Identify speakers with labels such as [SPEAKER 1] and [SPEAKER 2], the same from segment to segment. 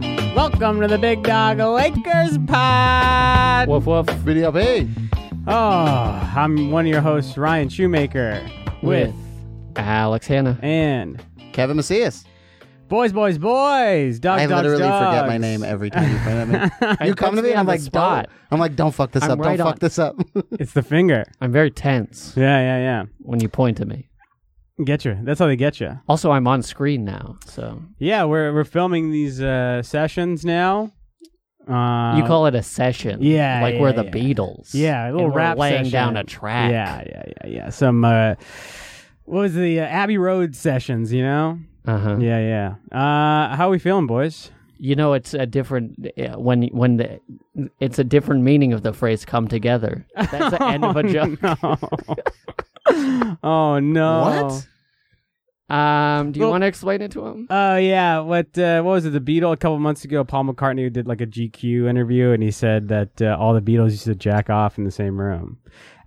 [SPEAKER 1] Welcome to the Big Dog Lakers Pod.
[SPEAKER 2] Woof woof.
[SPEAKER 3] Video B.
[SPEAKER 1] Oh, I'm one of your hosts, Ryan Shoemaker, with,
[SPEAKER 2] With. Alex Hannah.
[SPEAKER 1] and
[SPEAKER 3] Kevin Macias.
[SPEAKER 1] boys, boys, boys, dogs,
[SPEAKER 3] I
[SPEAKER 1] dogs,
[SPEAKER 3] literally forget my
[SPEAKER 1] dogs.
[SPEAKER 3] name every time you come at me. You
[SPEAKER 2] It
[SPEAKER 3] come
[SPEAKER 2] puts
[SPEAKER 3] to me,
[SPEAKER 2] me on
[SPEAKER 3] I'm
[SPEAKER 2] the
[SPEAKER 3] like,
[SPEAKER 2] spot.
[SPEAKER 3] don't. I'm like, don't fuck this
[SPEAKER 2] I'm
[SPEAKER 3] up.
[SPEAKER 2] right
[SPEAKER 3] don't
[SPEAKER 2] on.
[SPEAKER 3] fuck this up.
[SPEAKER 1] It's the finger.
[SPEAKER 2] I'm very tense
[SPEAKER 1] Yeah, yeah,
[SPEAKER 2] when you point at me.
[SPEAKER 1] yeah. Get you. That's how they get you.
[SPEAKER 2] Also, I'm on screen now, so
[SPEAKER 1] Yeah, we're we're filming these uh, sessions now. Uh,
[SPEAKER 2] you call it a session.
[SPEAKER 1] yeah,
[SPEAKER 2] like
[SPEAKER 1] yeah,
[SPEAKER 2] we're the
[SPEAKER 1] yeah.
[SPEAKER 2] Beatles.
[SPEAKER 1] yeah, a little
[SPEAKER 2] and we're
[SPEAKER 1] rap
[SPEAKER 2] laying
[SPEAKER 1] session.
[SPEAKER 2] down a track.
[SPEAKER 1] Yeah, yeah, yeah, yeah. Some uh, what was the uh, Abbey Road sessions? You know.
[SPEAKER 2] Uh huh.
[SPEAKER 1] Yeah, yeah. Uh, how we feeling, boys?
[SPEAKER 2] You know, it's a different yeah, when when the it's a different meaning of the phrase "come together." That's the end of a joke.
[SPEAKER 1] No. oh no!
[SPEAKER 3] What?
[SPEAKER 2] Um, do you
[SPEAKER 1] Well-
[SPEAKER 2] want to explain it to him?
[SPEAKER 1] Oh yeah, what uh, what was it? The Beatles a couple months ago, Paul McCartney did like a GQ interview, and he said that uh, all the Beatles used to jack off in the same room.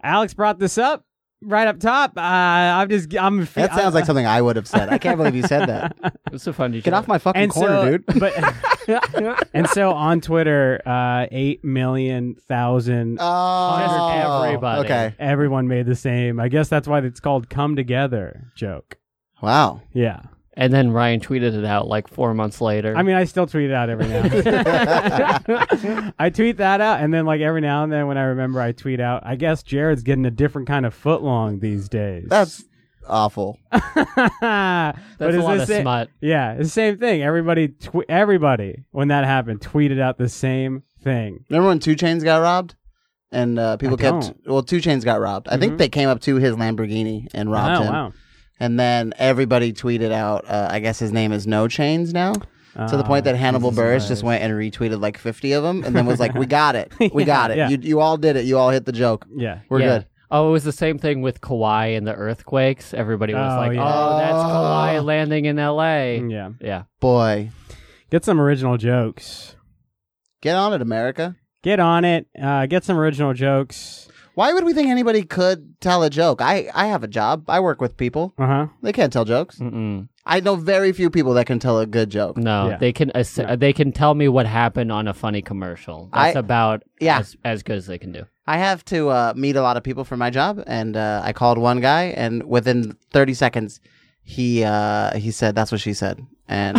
[SPEAKER 1] Alex brought this up right up top. Uh, I'm just I'm uh,
[SPEAKER 3] That sounds like something I would have said. I can't believe you said that.
[SPEAKER 2] It's a funny
[SPEAKER 3] Get
[SPEAKER 2] joke.
[SPEAKER 3] off my fucking
[SPEAKER 1] and
[SPEAKER 3] corner,
[SPEAKER 1] so,
[SPEAKER 3] dude.
[SPEAKER 1] but and so on Twitter, uh, eight million thousand
[SPEAKER 3] Oh,
[SPEAKER 2] everybody.
[SPEAKER 3] Okay.
[SPEAKER 1] everyone made the same. I guess that's why it's called "Come Together" joke.
[SPEAKER 3] Wow.
[SPEAKER 1] Yeah,
[SPEAKER 2] And then Ryan tweeted it out like four months later.
[SPEAKER 1] I mean, I still tweet it out every now. and then. I tweet that out, and then like every now and then, when I remember, I tweet out. I guess Jared's getting a different kind of footlong these days.
[SPEAKER 3] That's awful.
[SPEAKER 1] that's
[SPEAKER 2] that's a lot of smut.
[SPEAKER 1] Yeah, it's the same thing. Everybody, tw- everybody, when that happened, tweeted out the same thing.
[SPEAKER 3] Remember when Two Chains got robbed? And uh, people
[SPEAKER 1] I
[SPEAKER 3] kept
[SPEAKER 1] don't.
[SPEAKER 3] well. Two Chains got robbed. I think they came up to his Lamborghini and robbed
[SPEAKER 1] oh
[SPEAKER 3] him.
[SPEAKER 1] wow!
[SPEAKER 3] And then everybody tweeted out. Uh, I guess his name is No Chains now. to the
[SPEAKER 1] Uh, Ah,
[SPEAKER 3] point that Hannibal Burris just went and retweeted like 50 of them and then was like, we got it.
[SPEAKER 1] Yeah,
[SPEAKER 3] We got it.
[SPEAKER 1] yeah.
[SPEAKER 3] You, you all did it. You all hit the joke.
[SPEAKER 1] Yeah.
[SPEAKER 3] We're
[SPEAKER 2] Yeah.
[SPEAKER 3] good.
[SPEAKER 2] Oh, it was the same thing with Kawhi and the earthquakes. Everybody was
[SPEAKER 1] Oh,
[SPEAKER 2] like,
[SPEAKER 1] yeah.
[SPEAKER 2] "Oh, that's Kawhi
[SPEAKER 3] Oh.
[SPEAKER 2] landing in L.A."
[SPEAKER 1] Mm, Yeah.
[SPEAKER 2] Yeah,
[SPEAKER 3] Boy,
[SPEAKER 1] Get some original jokes.
[SPEAKER 3] get on it, America.
[SPEAKER 1] Get on it. Uh, get some original jokes.
[SPEAKER 3] Why would we think anybody could tell a joke? I, I have a job. I work with people.
[SPEAKER 1] Uh huh.
[SPEAKER 3] They can't tell jokes.
[SPEAKER 2] Mm-mm.
[SPEAKER 3] I know very few people that can tell a good joke.
[SPEAKER 2] no,
[SPEAKER 1] Yeah.
[SPEAKER 2] they can ass- they can tell me what happened on a funny commercial. That's
[SPEAKER 3] I-
[SPEAKER 2] about
[SPEAKER 3] Yeah.
[SPEAKER 2] as, as good as they can do.
[SPEAKER 3] I have to uh, meet a lot of people for my job, and uh, I called one guy, and within 30 seconds, he uh, he said, "That's what she said," and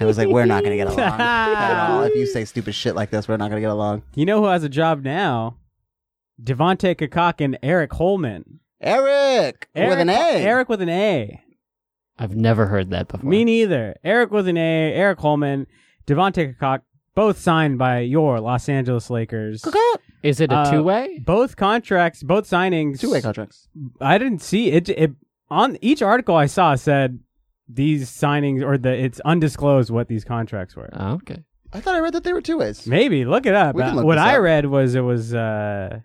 [SPEAKER 3] I was like, "We're not gonna get along at all. If you say stupid shit like this, we're not gonna get along."
[SPEAKER 1] You know who has a job now? Devonte Kakak and Eric Holman.
[SPEAKER 3] Eric,
[SPEAKER 1] Eric
[SPEAKER 3] with an A.
[SPEAKER 1] Eric with an A.
[SPEAKER 2] I've never heard that before.
[SPEAKER 1] Me neither. Eric with an A. Eric Holman. Devonte Kakak. Both signed by your Los Angeles Lakers.
[SPEAKER 2] Is it a
[SPEAKER 1] Uh,
[SPEAKER 2] two way?
[SPEAKER 1] Both contracts. Both signings.
[SPEAKER 3] Two way contracts.
[SPEAKER 1] I didn't see it. it on each article I saw said these signings or the it's undisclosed what these contracts were.
[SPEAKER 2] Oh, okay.
[SPEAKER 3] I thought I read that they were two ways.
[SPEAKER 1] Maybe look it up.
[SPEAKER 3] We can
[SPEAKER 1] Uh,
[SPEAKER 3] look
[SPEAKER 1] what
[SPEAKER 3] this
[SPEAKER 1] I
[SPEAKER 3] up.
[SPEAKER 1] read was it was uh,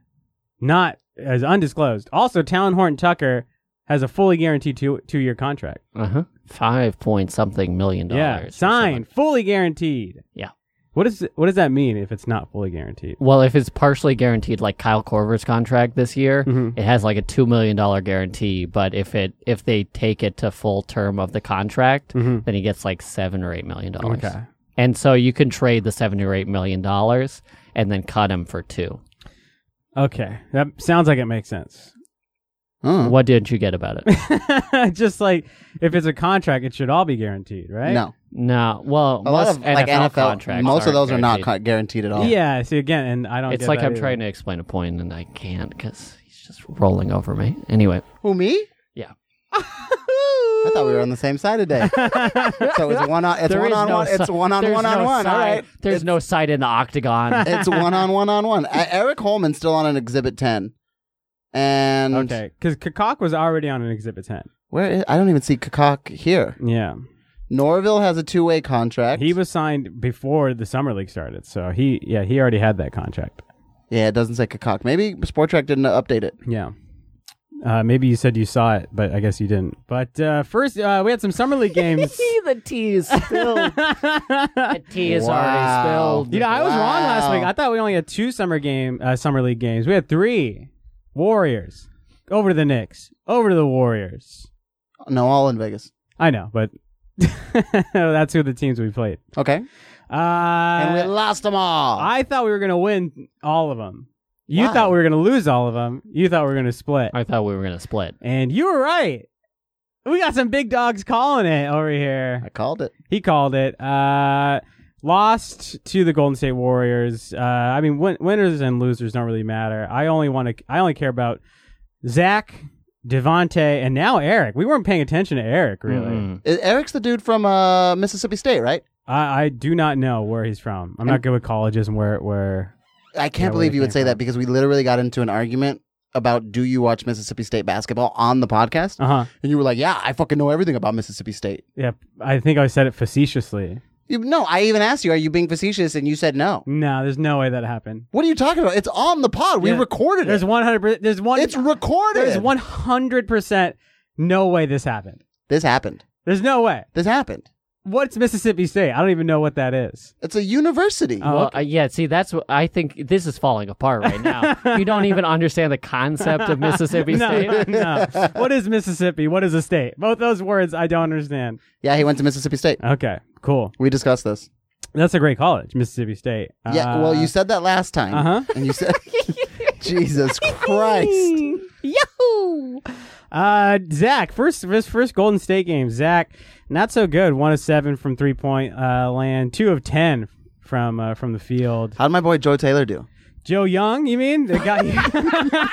[SPEAKER 1] not as undisclosed. Also, Talon Horton Tucker has a fully guaranteed two two year contract.
[SPEAKER 2] Uh huh. Five point something million dollars.
[SPEAKER 1] yeah,
[SPEAKER 2] or
[SPEAKER 1] signed,
[SPEAKER 2] something.
[SPEAKER 1] fully guaranteed.
[SPEAKER 2] Yeah.
[SPEAKER 1] What is what does that mean if it's not fully guaranteed?
[SPEAKER 2] Well, if it's partially guaranteed, like Kyle Korver's contract this year,
[SPEAKER 3] Mm-hmm.
[SPEAKER 1] Mhm.
[SPEAKER 2] it has like a two million dollar guarantee. But if it if they take it to full term of the contract,
[SPEAKER 3] Mm-hmm.
[SPEAKER 1] Mhm.
[SPEAKER 2] then he gets like seven or eight million dollars.
[SPEAKER 1] Okay.
[SPEAKER 2] And so you can trade the seven or eight million dollars and then cut him for two.
[SPEAKER 1] Okay, that sounds like it makes sense.
[SPEAKER 3] Mm.
[SPEAKER 2] What didn't you get about it?
[SPEAKER 1] Just like if it's a contract, it should all be guaranteed, right?
[SPEAKER 3] No,
[SPEAKER 2] no. Well,
[SPEAKER 3] a
[SPEAKER 2] most
[SPEAKER 3] lot of like NFL,
[SPEAKER 2] contracts.
[SPEAKER 3] most of
[SPEAKER 2] aren't
[SPEAKER 3] those are not
[SPEAKER 2] guaranteed.
[SPEAKER 3] cu- guaranteed at all.
[SPEAKER 1] Yeah. See again, and I don't.
[SPEAKER 2] It's
[SPEAKER 1] get
[SPEAKER 2] like
[SPEAKER 1] that
[SPEAKER 2] I'm
[SPEAKER 1] either.
[SPEAKER 2] trying to explain a point and I can't because he's just rolling over me. Anyway,
[SPEAKER 3] Who me?
[SPEAKER 2] Yeah.
[SPEAKER 3] I thought we were on the same side today. so it's one on. It's
[SPEAKER 2] There
[SPEAKER 3] one
[SPEAKER 2] is
[SPEAKER 3] on
[SPEAKER 2] no
[SPEAKER 3] one. It's
[SPEAKER 2] si-
[SPEAKER 3] one on
[SPEAKER 2] there's
[SPEAKER 3] one on
[SPEAKER 2] no
[SPEAKER 3] one. All
[SPEAKER 2] side-
[SPEAKER 3] right.
[SPEAKER 2] There's no side in the octagon.
[SPEAKER 3] It's one on one on one. Uh, Eric Holman's still on an exhibit ten, and
[SPEAKER 1] Okay, because Kakak was already on an exhibit ten.
[SPEAKER 3] where is, I don't even see Kakak here.
[SPEAKER 1] Yeah.
[SPEAKER 3] Norville has a two way contract.
[SPEAKER 1] He was signed before the summer league started, so he yeah he already had that contract.
[SPEAKER 3] yeah. It doesn't say Kakak. Maybe Sport Track didn't update it.
[SPEAKER 1] Yeah. Uh, maybe you said you saw it, but I guess you didn't. But uh, first, uh, we had some summer league games.
[SPEAKER 2] the tea is spilled. the tea is already
[SPEAKER 3] Wow.
[SPEAKER 2] spilled.
[SPEAKER 1] you know, I was wrong last
[SPEAKER 3] Wow.
[SPEAKER 1] week. I thought we only had two summer game uh, summer league games. We had three. Warriors over to the Knicks, over to the Warriors.
[SPEAKER 3] No, all in Vegas.
[SPEAKER 1] I know, but That's who the teams we played.
[SPEAKER 3] Okay.
[SPEAKER 1] Uh,
[SPEAKER 3] and we lost them all.
[SPEAKER 1] I thought we were going to win all of them. You
[SPEAKER 3] Why?
[SPEAKER 1] thought we were going to lose all of them. You thought we were going to split.
[SPEAKER 2] I thought we were gonna split.
[SPEAKER 1] And you were right. We got some big dogs calling it over here.
[SPEAKER 3] I called it.
[SPEAKER 1] He called it. Uh, lost to the Golden State Warriors. Uh, I mean, win- winners and losers don't really matter. I only want to. I only care about Zach, Devonte, and now Eric. We weren't paying attention to Eric really.
[SPEAKER 2] Mm-mm.
[SPEAKER 3] E- Eric's the dude from uh, Mississippi State, right?
[SPEAKER 1] I, I do not know where he's from. I'm not good with colleges and where where.
[SPEAKER 3] I can't
[SPEAKER 1] Yeah, where
[SPEAKER 3] believe
[SPEAKER 1] he
[SPEAKER 3] you would
[SPEAKER 1] came
[SPEAKER 3] say
[SPEAKER 1] from.
[SPEAKER 3] that because we literally got into an argument about do you watch Mississippi State basketball on the podcast,
[SPEAKER 1] Uh huh.
[SPEAKER 3] and you were like, "Yeah, I fucking know everything about Mississippi State."
[SPEAKER 1] Yeah, I think I said it facetiously.
[SPEAKER 3] You, no, I even asked you, "Are you being facetious?" and you said no.
[SPEAKER 1] No, there's no way that happened.
[SPEAKER 3] What are you talking about? It's on the pod. We
[SPEAKER 1] Yeah.
[SPEAKER 3] recorded
[SPEAKER 1] There's
[SPEAKER 3] it.
[SPEAKER 1] 100. There's one.
[SPEAKER 3] It's recorded.
[SPEAKER 1] There's 100 percent no way this happened.
[SPEAKER 3] This happened.
[SPEAKER 1] There's no way.
[SPEAKER 3] This happened.
[SPEAKER 1] What's Mississippi State? I don't even know what that is.
[SPEAKER 3] It's a university.
[SPEAKER 1] Oh,
[SPEAKER 2] well,
[SPEAKER 1] okay.
[SPEAKER 2] uh, yeah. See, that's what I think. This is falling apart right now. you don't even understand the concept of Mississippi
[SPEAKER 1] No,
[SPEAKER 2] State.
[SPEAKER 1] no. What is Mississippi? What is a state? Both those words I don't understand.
[SPEAKER 3] Yeah, he went to Mississippi State.
[SPEAKER 1] Okay, cool.
[SPEAKER 3] We discussed this.
[SPEAKER 1] That's a great college, Mississippi State.
[SPEAKER 3] Yeah, well, you said that last time.
[SPEAKER 1] Uh, uh-huh.
[SPEAKER 3] And you said, Jesus Christ.
[SPEAKER 1] Uh, Yahoo! Uh, Zach, first his first Golden State game. Zach, not so good. One of seven from three point uh, land. Two of ten from uh, from the field.
[SPEAKER 3] How did my boy Joe Taylor do?
[SPEAKER 1] Joe Young, you mean? The guy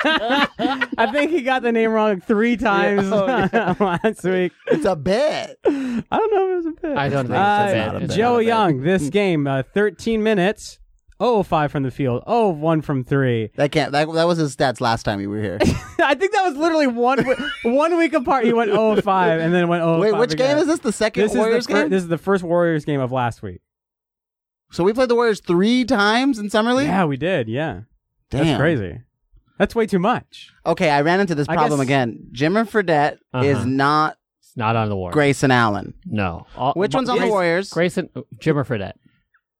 [SPEAKER 1] I think he got the name wrong three times
[SPEAKER 2] Oh,
[SPEAKER 1] last week.
[SPEAKER 3] It's a bit.
[SPEAKER 1] I don't know if it was a bit.
[SPEAKER 2] I don't think
[SPEAKER 1] Uh,
[SPEAKER 2] it's a
[SPEAKER 3] not a
[SPEAKER 2] bit.
[SPEAKER 3] bit.
[SPEAKER 1] Joe
[SPEAKER 3] Not a bit.
[SPEAKER 1] Young, this game, uh, 13 minutes, 0 of 5 from the field, 0 of 1 from 3.
[SPEAKER 3] That can't. That, that was his stats last time we were here.
[SPEAKER 1] I think that was literally one wi- one week apart. He went 0 of 5 and then went 0 of
[SPEAKER 3] Wait,
[SPEAKER 1] 5
[SPEAKER 3] which
[SPEAKER 1] again.
[SPEAKER 3] game is this? The second
[SPEAKER 1] This is,
[SPEAKER 3] Warriors
[SPEAKER 1] the fir-
[SPEAKER 3] game?
[SPEAKER 1] this is the first Warriors game of last week.
[SPEAKER 3] so we played the Warriors three times in summer league.
[SPEAKER 1] Yeah, we did. Yeah.
[SPEAKER 3] Damn.
[SPEAKER 1] That's crazy. That's way too much.
[SPEAKER 3] Okay, I ran into this
[SPEAKER 1] I
[SPEAKER 3] problem
[SPEAKER 1] guess-
[SPEAKER 3] again. Jimmer Fredette is
[SPEAKER 2] Uh-huh.
[SPEAKER 3] not
[SPEAKER 2] It's not on the Warriors.
[SPEAKER 3] Grayson Allen.
[SPEAKER 2] No. All-
[SPEAKER 3] Which
[SPEAKER 2] Ma-
[SPEAKER 3] one's on the
[SPEAKER 2] Grace-
[SPEAKER 3] Warriors?
[SPEAKER 2] Grayson Jimmer Fredette.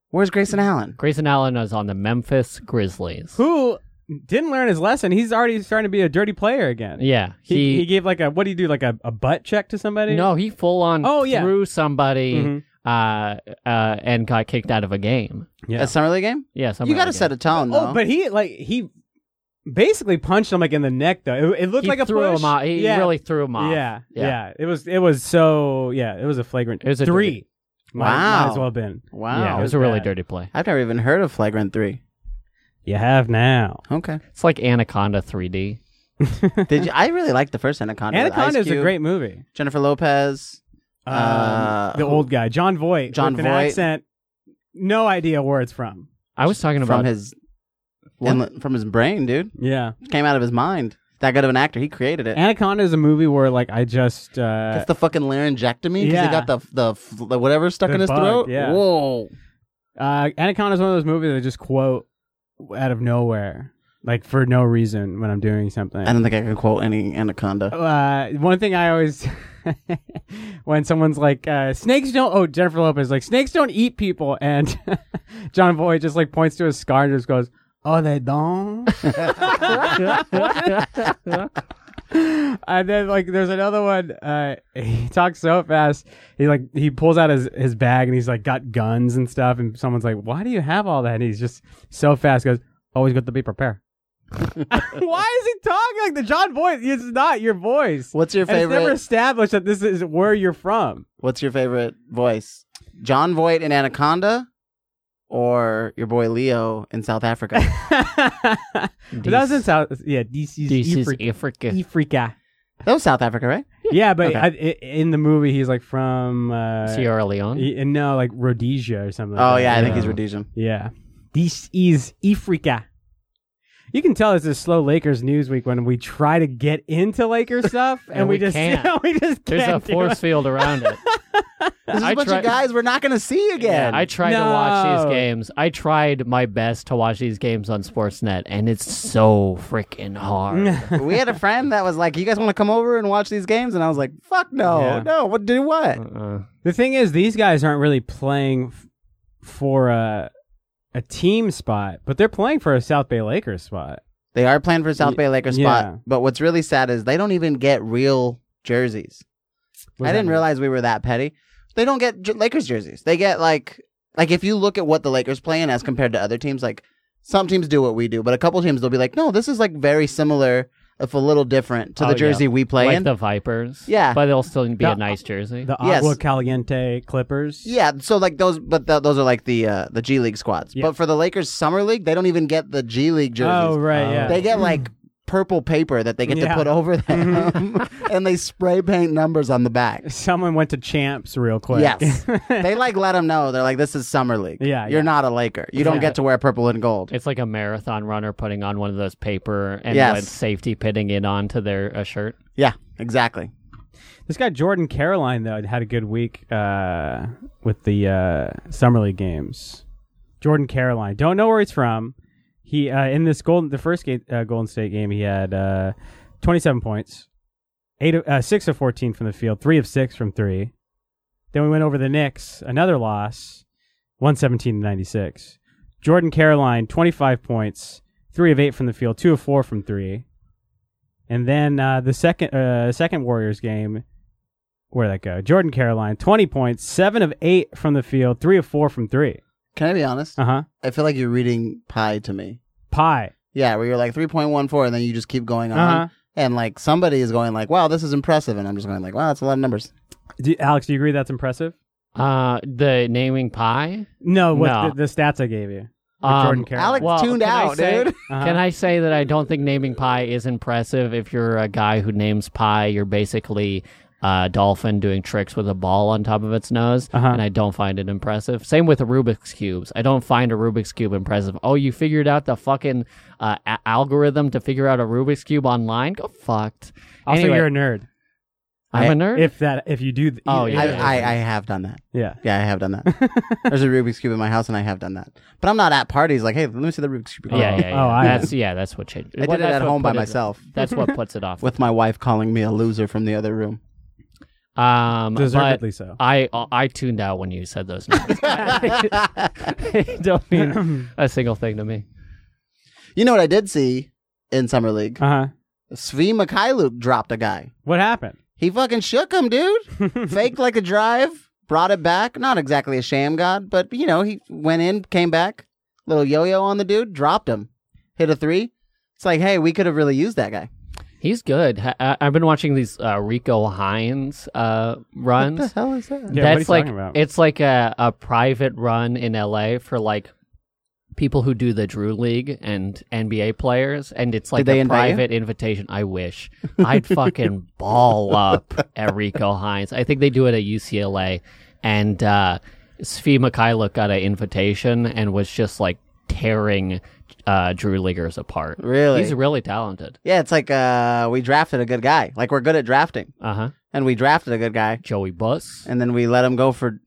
[SPEAKER 3] Where's Grayson Allen?
[SPEAKER 2] Grayson Allen is on the Memphis Grizzlies.
[SPEAKER 1] Who didn't learn his lesson? He's already starting to be a dirty player again.
[SPEAKER 2] Yeah,
[SPEAKER 1] He, he
[SPEAKER 2] he,
[SPEAKER 1] gave like a what do you do like a, a butt check to somebody?
[SPEAKER 2] no, he full on
[SPEAKER 1] Oh, yeah.
[SPEAKER 2] threw somebody
[SPEAKER 1] Mhm.
[SPEAKER 2] uh, uh, and got kicked out of a game.
[SPEAKER 1] Yeah.
[SPEAKER 3] A summer league game?
[SPEAKER 2] Yeah, somebody
[SPEAKER 3] you got to
[SPEAKER 2] like
[SPEAKER 3] set
[SPEAKER 2] that.
[SPEAKER 3] a tone, though.
[SPEAKER 1] Oh, but he like he basically punched him like in the neck though. It, it looked
[SPEAKER 2] He
[SPEAKER 1] like a
[SPEAKER 2] threw
[SPEAKER 1] push.
[SPEAKER 2] him off. He
[SPEAKER 1] yeah.
[SPEAKER 2] really threw him off.
[SPEAKER 1] Yeah, yeah,
[SPEAKER 2] Yeah.
[SPEAKER 1] It was it was so yeah. It was a flagrant.
[SPEAKER 2] It was a
[SPEAKER 1] three. Might, might
[SPEAKER 3] Wow.
[SPEAKER 1] as well have been.
[SPEAKER 3] wow.
[SPEAKER 2] yeah, it
[SPEAKER 1] it
[SPEAKER 2] was
[SPEAKER 1] was
[SPEAKER 2] a really
[SPEAKER 1] bad.
[SPEAKER 2] dirty play.
[SPEAKER 3] I've never even heard of Flagrant 3.
[SPEAKER 1] You have now.
[SPEAKER 3] Okay.
[SPEAKER 2] It's like Anaconda 3D.
[SPEAKER 3] Did you, I really liked the first Anaconda. with
[SPEAKER 1] Anaconda
[SPEAKER 3] Ice
[SPEAKER 1] is a
[SPEAKER 3] Cube,
[SPEAKER 1] great movie.
[SPEAKER 3] Jennifer Lopez.
[SPEAKER 1] Um,
[SPEAKER 3] Uh,
[SPEAKER 1] the
[SPEAKER 3] who-
[SPEAKER 1] old guy, John Voight.
[SPEAKER 3] John
[SPEAKER 1] with An
[SPEAKER 3] Voight.
[SPEAKER 1] accent. No idea where it's from.
[SPEAKER 2] I was talking about
[SPEAKER 3] from his inlet- from his brain, dude.
[SPEAKER 1] Yeah,
[SPEAKER 3] Came out of his mind. That good of an actor, he created it.
[SPEAKER 1] Anaconda is a movie where like I just uh,
[SPEAKER 3] That's the fucking laryngectomy because
[SPEAKER 1] yeah.
[SPEAKER 3] he got the the, f- the whatever stuck
[SPEAKER 1] The
[SPEAKER 3] in his
[SPEAKER 1] bug,
[SPEAKER 3] throat.
[SPEAKER 1] yeah.
[SPEAKER 3] Whoa!
[SPEAKER 1] Uh, Anaconda is one of those movies that I just quote out of nowhere, like for no reason when I'm doing something.
[SPEAKER 3] I don't think I can quote any anaconda.
[SPEAKER 1] uh, one thing I always, when someone's like, uh, snakes don't, oh, Jennifer Lopez, like, snakes don't eat people. And John Boy just like points to his scar and just goes, oh, they don't. and then like there's another one uh he talks so fast he like he pulls out his his bag and he's like got guns and stuff and someone's like why do you have all that and he's just so fast goes always good to be prepared why is he talking like the john voice it's not your voice
[SPEAKER 3] What's your
[SPEAKER 1] and it's never
[SPEAKER 3] favorite?
[SPEAKER 1] established that this is where you're from
[SPEAKER 3] What's your favorite voice? John Voight in Anaconda, or your boy Leo in South Africa?
[SPEAKER 1] But that doesn't sound yeah dc's,
[SPEAKER 2] this is
[SPEAKER 1] Efri-
[SPEAKER 2] Africa.
[SPEAKER 1] Efrika.
[SPEAKER 3] that was South Africa, right?
[SPEAKER 1] yeah but
[SPEAKER 3] Okay.
[SPEAKER 1] I, i in the movie he's like from uh
[SPEAKER 2] Sierra Leone.
[SPEAKER 1] y- and no like rhodesia or something like
[SPEAKER 3] Oh
[SPEAKER 1] that.
[SPEAKER 3] yeah, I
[SPEAKER 2] Yeah.
[SPEAKER 3] think he's Rhodesian.
[SPEAKER 1] Yeah. This is Ifrika. You can tell it's a slow Lakers news week when we try to get into Lakers stuff and,
[SPEAKER 2] And
[SPEAKER 1] we,
[SPEAKER 2] we
[SPEAKER 1] just
[SPEAKER 2] can't.
[SPEAKER 1] we just can't.
[SPEAKER 2] There's a
[SPEAKER 1] do
[SPEAKER 2] force
[SPEAKER 1] it.
[SPEAKER 2] field around it.
[SPEAKER 3] This is a
[SPEAKER 2] I
[SPEAKER 3] bunch
[SPEAKER 2] tried-
[SPEAKER 3] of guys we're not going to see again.
[SPEAKER 2] Yeah, I tried to watch
[SPEAKER 1] No.
[SPEAKER 2] these games. I tried my best to watch these games on Sportsnet, and it's so freaking hard.
[SPEAKER 3] we had a friend that was like, "You guys want to come over and watch these games?" And I was like, "Fuck no,
[SPEAKER 1] Yeah.
[SPEAKER 3] no, what do what?"
[SPEAKER 2] Uh-uh.
[SPEAKER 1] The thing is, these guys aren't really playing f- for a a team spot, but they're playing for a South Bay Lakers spot.
[SPEAKER 3] They are playing for South Bay Lakers
[SPEAKER 1] yeah.
[SPEAKER 3] spot, but what's really sad is they don't even get real jerseys.
[SPEAKER 1] What does
[SPEAKER 3] I
[SPEAKER 1] that
[SPEAKER 3] didn't
[SPEAKER 1] mean?
[SPEAKER 3] realize we were that petty. They don't get j- Lakers jerseys. They get like like if you look at what the Lakers play in as compared to other teams, like some teams do what we do, but a couple teams they'll be like, no, this is like very similar, if a little different, to
[SPEAKER 2] Oh,
[SPEAKER 3] the
[SPEAKER 2] yeah.
[SPEAKER 3] jersey we play
[SPEAKER 2] like
[SPEAKER 3] in.
[SPEAKER 2] the Vipers.
[SPEAKER 3] Yeah.
[SPEAKER 2] but it'll still be
[SPEAKER 1] The-
[SPEAKER 2] a nice jersey.
[SPEAKER 1] The
[SPEAKER 3] Yes.
[SPEAKER 1] Agua Caliente Clippers.
[SPEAKER 3] Yeah, so like those, but th- those are like the uh, the G League squads.
[SPEAKER 1] Yeah.
[SPEAKER 3] But for the Lakers summer league, they don't even get the G League
[SPEAKER 1] Oh
[SPEAKER 3] jerseys.
[SPEAKER 1] right,
[SPEAKER 2] Oh.
[SPEAKER 1] yeah.
[SPEAKER 3] They get like purple paper that they get
[SPEAKER 1] Yeah.
[SPEAKER 3] to put over them, and they spray paint numbers on the back.
[SPEAKER 1] Someone went to Champs real quick.
[SPEAKER 3] Yes, they like let them know they're like, "This is summer league.
[SPEAKER 1] Yeah,
[SPEAKER 3] you're
[SPEAKER 1] yeah.
[SPEAKER 3] not a Laker. You don't
[SPEAKER 2] Yeah.
[SPEAKER 3] get to wear purple and gold."
[SPEAKER 2] it's like a marathon runner putting on one of those paper and
[SPEAKER 3] Yes.
[SPEAKER 2] with safety pinning it onto their a shirt.
[SPEAKER 3] Yeah, exactly.
[SPEAKER 1] This guy Jordan Caroline though had a good week uh, with the uh, summer league games. Jordan Caroline, don't know where he's from. He uh, in this golden the first game, uh, Golden State game, he had uh, twenty seven points, eight of, uh, six of fourteen from the field, three of six from three. Then we went over the Knicks, another loss, one seventeen to ninety six. Jordan Caroline, twenty five points, three of eight from the field, two of four from three. And then uh, the second uh, second Warriors game, where'd that go? Jordan Caroline, 20 points, 7 of 8 from the field, 3 of 4 from 3.
[SPEAKER 3] Can I be honest?
[SPEAKER 1] Uh huh.
[SPEAKER 3] I feel like you're reading pie to me.
[SPEAKER 1] Pie.
[SPEAKER 3] Yeah, where you're like 3.14, and then you just keep going on,
[SPEAKER 1] Uh-huh.
[SPEAKER 3] and like somebody is going like, "Wow, this is impressive," and I'm just going like, "Wow, that's a lot of numbers."
[SPEAKER 1] Do, Alex, do you agree that's impressive?
[SPEAKER 2] Uh, the naming pie.
[SPEAKER 1] No, what
[SPEAKER 2] No.
[SPEAKER 1] The, the stats I gave you. for
[SPEAKER 2] Um,
[SPEAKER 1] Jordan Caroline.
[SPEAKER 3] Alex
[SPEAKER 2] Well,
[SPEAKER 3] tuned
[SPEAKER 2] can I
[SPEAKER 3] out,
[SPEAKER 2] say-
[SPEAKER 3] dude.
[SPEAKER 1] Uh-huh.
[SPEAKER 2] Can I say that I don't think naming pie is impressive? If you're a guy who names pie, you're basically a dolphin doing tricks with a ball on top of its nose,
[SPEAKER 1] Uh-huh.
[SPEAKER 2] and I don't find it impressive. Same with the Rubik's cubes. I don't find a Rubik's cube impressive. Oh, you figured out the fucking uh, a- algorithm to figure out a Rubik's cube online? Go fucked.
[SPEAKER 1] Also,
[SPEAKER 2] anyway,
[SPEAKER 1] you're a nerd.
[SPEAKER 2] I'm a nerd.
[SPEAKER 1] If that, if you do. th-
[SPEAKER 2] Oh,
[SPEAKER 1] either-
[SPEAKER 2] yeah.
[SPEAKER 3] I,
[SPEAKER 1] either-
[SPEAKER 3] I, I have done that.
[SPEAKER 1] yeah.
[SPEAKER 3] Yeah, I have done that. There's a Rubik's cube in my house, and I have done that. But I'm not at parties like, "Hey, let me see the Rubik's cube."
[SPEAKER 2] yeah, yeah,
[SPEAKER 1] Oh,
[SPEAKER 2] yeah.
[SPEAKER 1] I-
[SPEAKER 2] that's yeah, that's what changed.
[SPEAKER 3] I
[SPEAKER 2] well,
[SPEAKER 3] Uh, did it
[SPEAKER 2] that's
[SPEAKER 3] at
[SPEAKER 2] what
[SPEAKER 3] home by
[SPEAKER 2] put it-
[SPEAKER 3] myself
[SPEAKER 2] That's what puts it off.
[SPEAKER 3] with my wife calling me a loser from the other room.
[SPEAKER 2] um, but
[SPEAKER 1] Deservedly so.
[SPEAKER 2] I I tuned out when you said those names. don't mean a single thing to me.
[SPEAKER 3] You know what I did see in summer league?
[SPEAKER 1] Uh huh.
[SPEAKER 3] Svi Mikhailuk dropped a guy.
[SPEAKER 1] What happened?
[SPEAKER 3] He fucking shook him, dude. Faked like a drive, brought it back. Not exactly a sham god, but you know he went in, came back, little yo-yo on the dude, dropped him, hit a three. It's like, hey, we could have really used that guy.
[SPEAKER 2] He's good. Ha- I- I've been watching these uh, Rico Hines uh, runs.
[SPEAKER 3] What the hell is that?
[SPEAKER 1] Yeah, what are you
[SPEAKER 2] That's like
[SPEAKER 1] talking about?
[SPEAKER 2] it's like a, a private run in LA for like people who do the Drew League and NBA players, and it's like
[SPEAKER 3] Did they
[SPEAKER 2] a
[SPEAKER 3] invite you?
[SPEAKER 2] private invitation. I wish I'd fucking ball up at Rico Hines. I think they do it at UCLA, and uh, Svi Mikhailuk got an invitation and was just like tearing uh, Drew Leaguers apart.
[SPEAKER 3] Really?
[SPEAKER 2] He's really talented.
[SPEAKER 3] Yeah, it's like uh, we drafted a good guy. Like we're good at drafting,
[SPEAKER 2] Uh huh.
[SPEAKER 3] and we drafted a good guy,
[SPEAKER 2] Joey Buss. And-
[SPEAKER 3] and then we let him go for.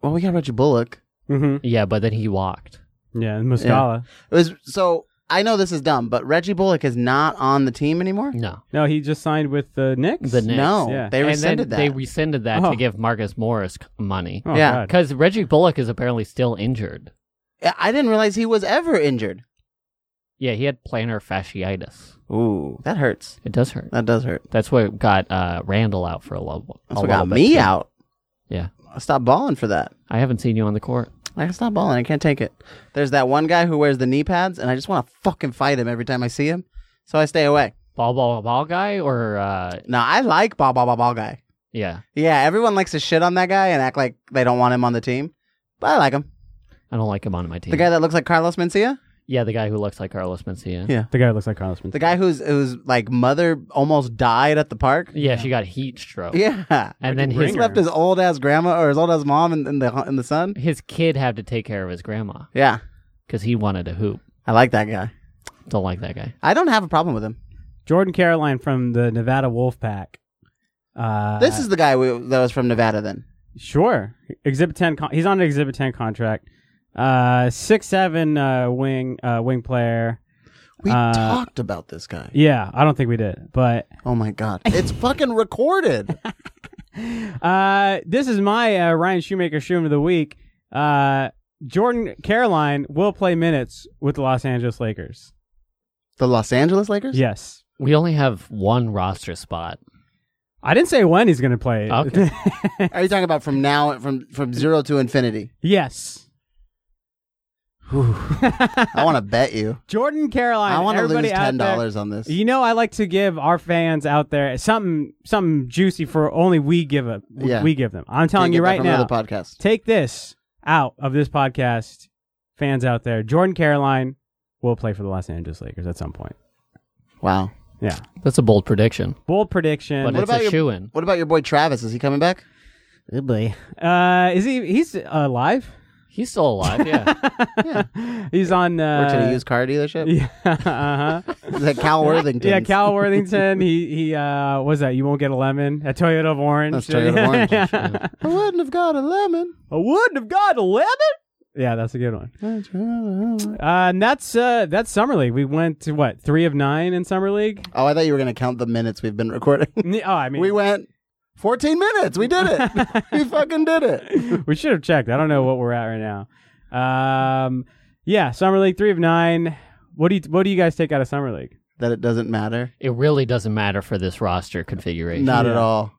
[SPEAKER 3] Well, we got Reggie Bullock.
[SPEAKER 1] mm-hmm.
[SPEAKER 2] yeah, but then he walked.
[SPEAKER 1] Yeah, and Muscala.
[SPEAKER 3] It was so I know this is dumb, but Reggie Bullock is not on the team anymore.
[SPEAKER 2] No,
[SPEAKER 1] No, he just signed with the Knicks.
[SPEAKER 2] the Knicks.
[SPEAKER 3] No,
[SPEAKER 1] Yeah.
[SPEAKER 3] they
[SPEAKER 2] And then
[SPEAKER 3] rescinded
[SPEAKER 2] They
[SPEAKER 3] that.
[SPEAKER 2] rescinded that
[SPEAKER 1] Oh.
[SPEAKER 2] to give Marcus Morris c- money
[SPEAKER 1] Oh,
[SPEAKER 3] Yeah.
[SPEAKER 1] God.
[SPEAKER 2] because Reggie Bullock is apparently still injured.
[SPEAKER 3] I didn't realize he was ever injured.
[SPEAKER 2] Yeah, he had plantar fasciitis.
[SPEAKER 3] Ooh, that hurts.
[SPEAKER 2] It does hurt.
[SPEAKER 3] That does hurt.
[SPEAKER 2] That's what got uh, Randall out for a little.
[SPEAKER 3] That's
[SPEAKER 2] a
[SPEAKER 3] what
[SPEAKER 2] little
[SPEAKER 3] got
[SPEAKER 2] bit,
[SPEAKER 3] me
[SPEAKER 2] too.
[SPEAKER 3] out.
[SPEAKER 2] Yeah,
[SPEAKER 3] I stopped balling for that.
[SPEAKER 2] I haven't seen you on the court.
[SPEAKER 3] I can stop balling. I can't take it. There's that one guy who wears the knee pads, and I just want to fucking fight him every time I see him. So I stay away.
[SPEAKER 2] Ball, ball, ball guy, or uh,
[SPEAKER 3] Now I like ball, ball, ball, ball guy.
[SPEAKER 2] yeah,
[SPEAKER 3] Yeah, everyone likes to shit on that guy and act like they don't want him on the team. But I like him.
[SPEAKER 2] I don't like him on my team.
[SPEAKER 3] The guy that looks like Carlos Mencia,
[SPEAKER 2] yeah, the guy who looks like Carlos Mencia.
[SPEAKER 3] Yeah.
[SPEAKER 1] The guy who looks like Carlos Mencia.
[SPEAKER 3] the guy who's who's like mother almost died at the park.
[SPEAKER 2] Yeah, she got heat stroke.
[SPEAKER 3] Yeah,
[SPEAKER 2] and then
[SPEAKER 1] Freaking
[SPEAKER 2] his
[SPEAKER 1] ringer.
[SPEAKER 3] left his old ass grandma or his old ass mom in, in the in the sun.
[SPEAKER 2] his kid had to take care of his grandma
[SPEAKER 3] Yeah,
[SPEAKER 2] because he wanted to hoop.
[SPEAKER 3] I like that guy.
[SPEAKER 2] Don't like that guy.
[SPEAKER 3] I don't have a problem with him.
[SPEAKER 1] Jordan Caroline from the Nevada Wolfpack. Uh,
[SPEAKER 3] This is the guy we, that was from Nevada then.
[SPEAKER 1] Sure. Exhibit 10 con- he's on an exhibit 10 contract. Uh 6-7 uh wing uh wing player.
[SPEAKER 3] We
[SPEAKER 1] Uh,
[SPEAKER 3] talked about this guy.
[SPEAKER 1] Yeah, I don't think we did. But
[SPEAKER 3] Oh my god, it's fucking recorded.
[SPEAKER 1] uh this is my uh, Ryan Shoemaker shoom of the week. Uh Jordan Caroline will play minutes with the Los Angeles Lakers.
[SPEAKER 3] The Los Angeles Lakers.
[SPEAKER 1] Yes.
[SPEAKER 2] We only have one roster spot.
[SPEAKER 1] I didn't say when he's going to play it.
[SPEAKER 2] Okay.
[SPEAKER 3] Are you talking about from now from from zero to infinity?
[SPEAKER 1] yes.
[SPEAKER 3] I want to bet you.
[SPEAKER 1] Jordan Caroline.
[SPEAKER 3] I want to
[SPEAKER 1] everybody
[SPEAKER 3] lose
[SPEAKER 1] out
[SPEAKER 3] ten
[SPEAKER 1] there-
[SPEAKER 3] dollars on this.
[SPEAKER 1] You know, I like to give our fans out there something something juicy for only we give up.
[SPEAKER 3] Yeah.
[SPEAKER 1] We give them. I'm telling
[SPEAKER 3] Can't
[SPEAKER 1] you
[SPEAKER 3] get that
[SPEAKER 1] right
[SPEAKER 3] from another
[SPEAKER 1] now.
[SPEAKER 3] podcast.
[SPEAKER 1] Take this out of this podcast, fans out there. Jordan Caroline will play for the Los Angeles Lakers at some point.
[SPEAKER 3] Wow.
[SPEAKER 1] Yeah.
[SPEAKER 2] That's a bold prediction,
[SPEAKER 1] Bold prediction.
[SPEAKER 2] but
[SPEAKER 3] What
[SPEAKER 2] it's
[SPEAKER 3] about
[SPEAKER 2] a
[SPEAKER 3] your-
[SPEAKER 2] shoe in.
[SPEAKER 3] What about your boy Travis? Is he coming back?
[SPEAKER 1] Oh boy. Uh, is he? He's alive.
[SPEAKER 2] He's still alive. Yeah.
[SPEAKER 1] he's on.
[SPEAKER 3] Works at a
[SPEAKER 1] Uh,
[SPEAKER 3] used car dealership.
[SPEAKER 1] yeah. Uh-huh.
[SPEAKER 3] Is that Cal Worthington?
[SPEAKER 1] yeah. Cal Worthington. he he. Uh, what was that? You won't get a lemon. A Toyota of orange.
[SPEAKER 3] That's Toyota of Orange. I wouldn't have got a lemon.
[SPEAKER 1] I wouldn't have got a lemon. Yeah, that's a good one.
[SPEAKER 3] Oh,
[SPEAKER 1] Uh, and that's uh, that's summer league. We went to what three of nine in summer league.
[SPEAKER 3] Oh, I thought you were going to count the minutes we've been recording.
[SPEAKER 1] N- Oh, I mean,
[SPEAKER 3] we
[SPEAKER 1] we,
[SPEAKER 3] went 14 minutes. We did it. we fucking did it.
[SPEAKER 1] should have checked. I don't know what we're at right now. Um, yeah, summer league three of nine. What do you what do you guys take out of summer league?
[SPEAKER 3] That it doesn't matter.
[SPEAKER 2] It really doesn't matter for this roster configuration.
[SPEAKER 3] Not at
[SPEAKER 1] Yeah.
[SPEAKER 3] all.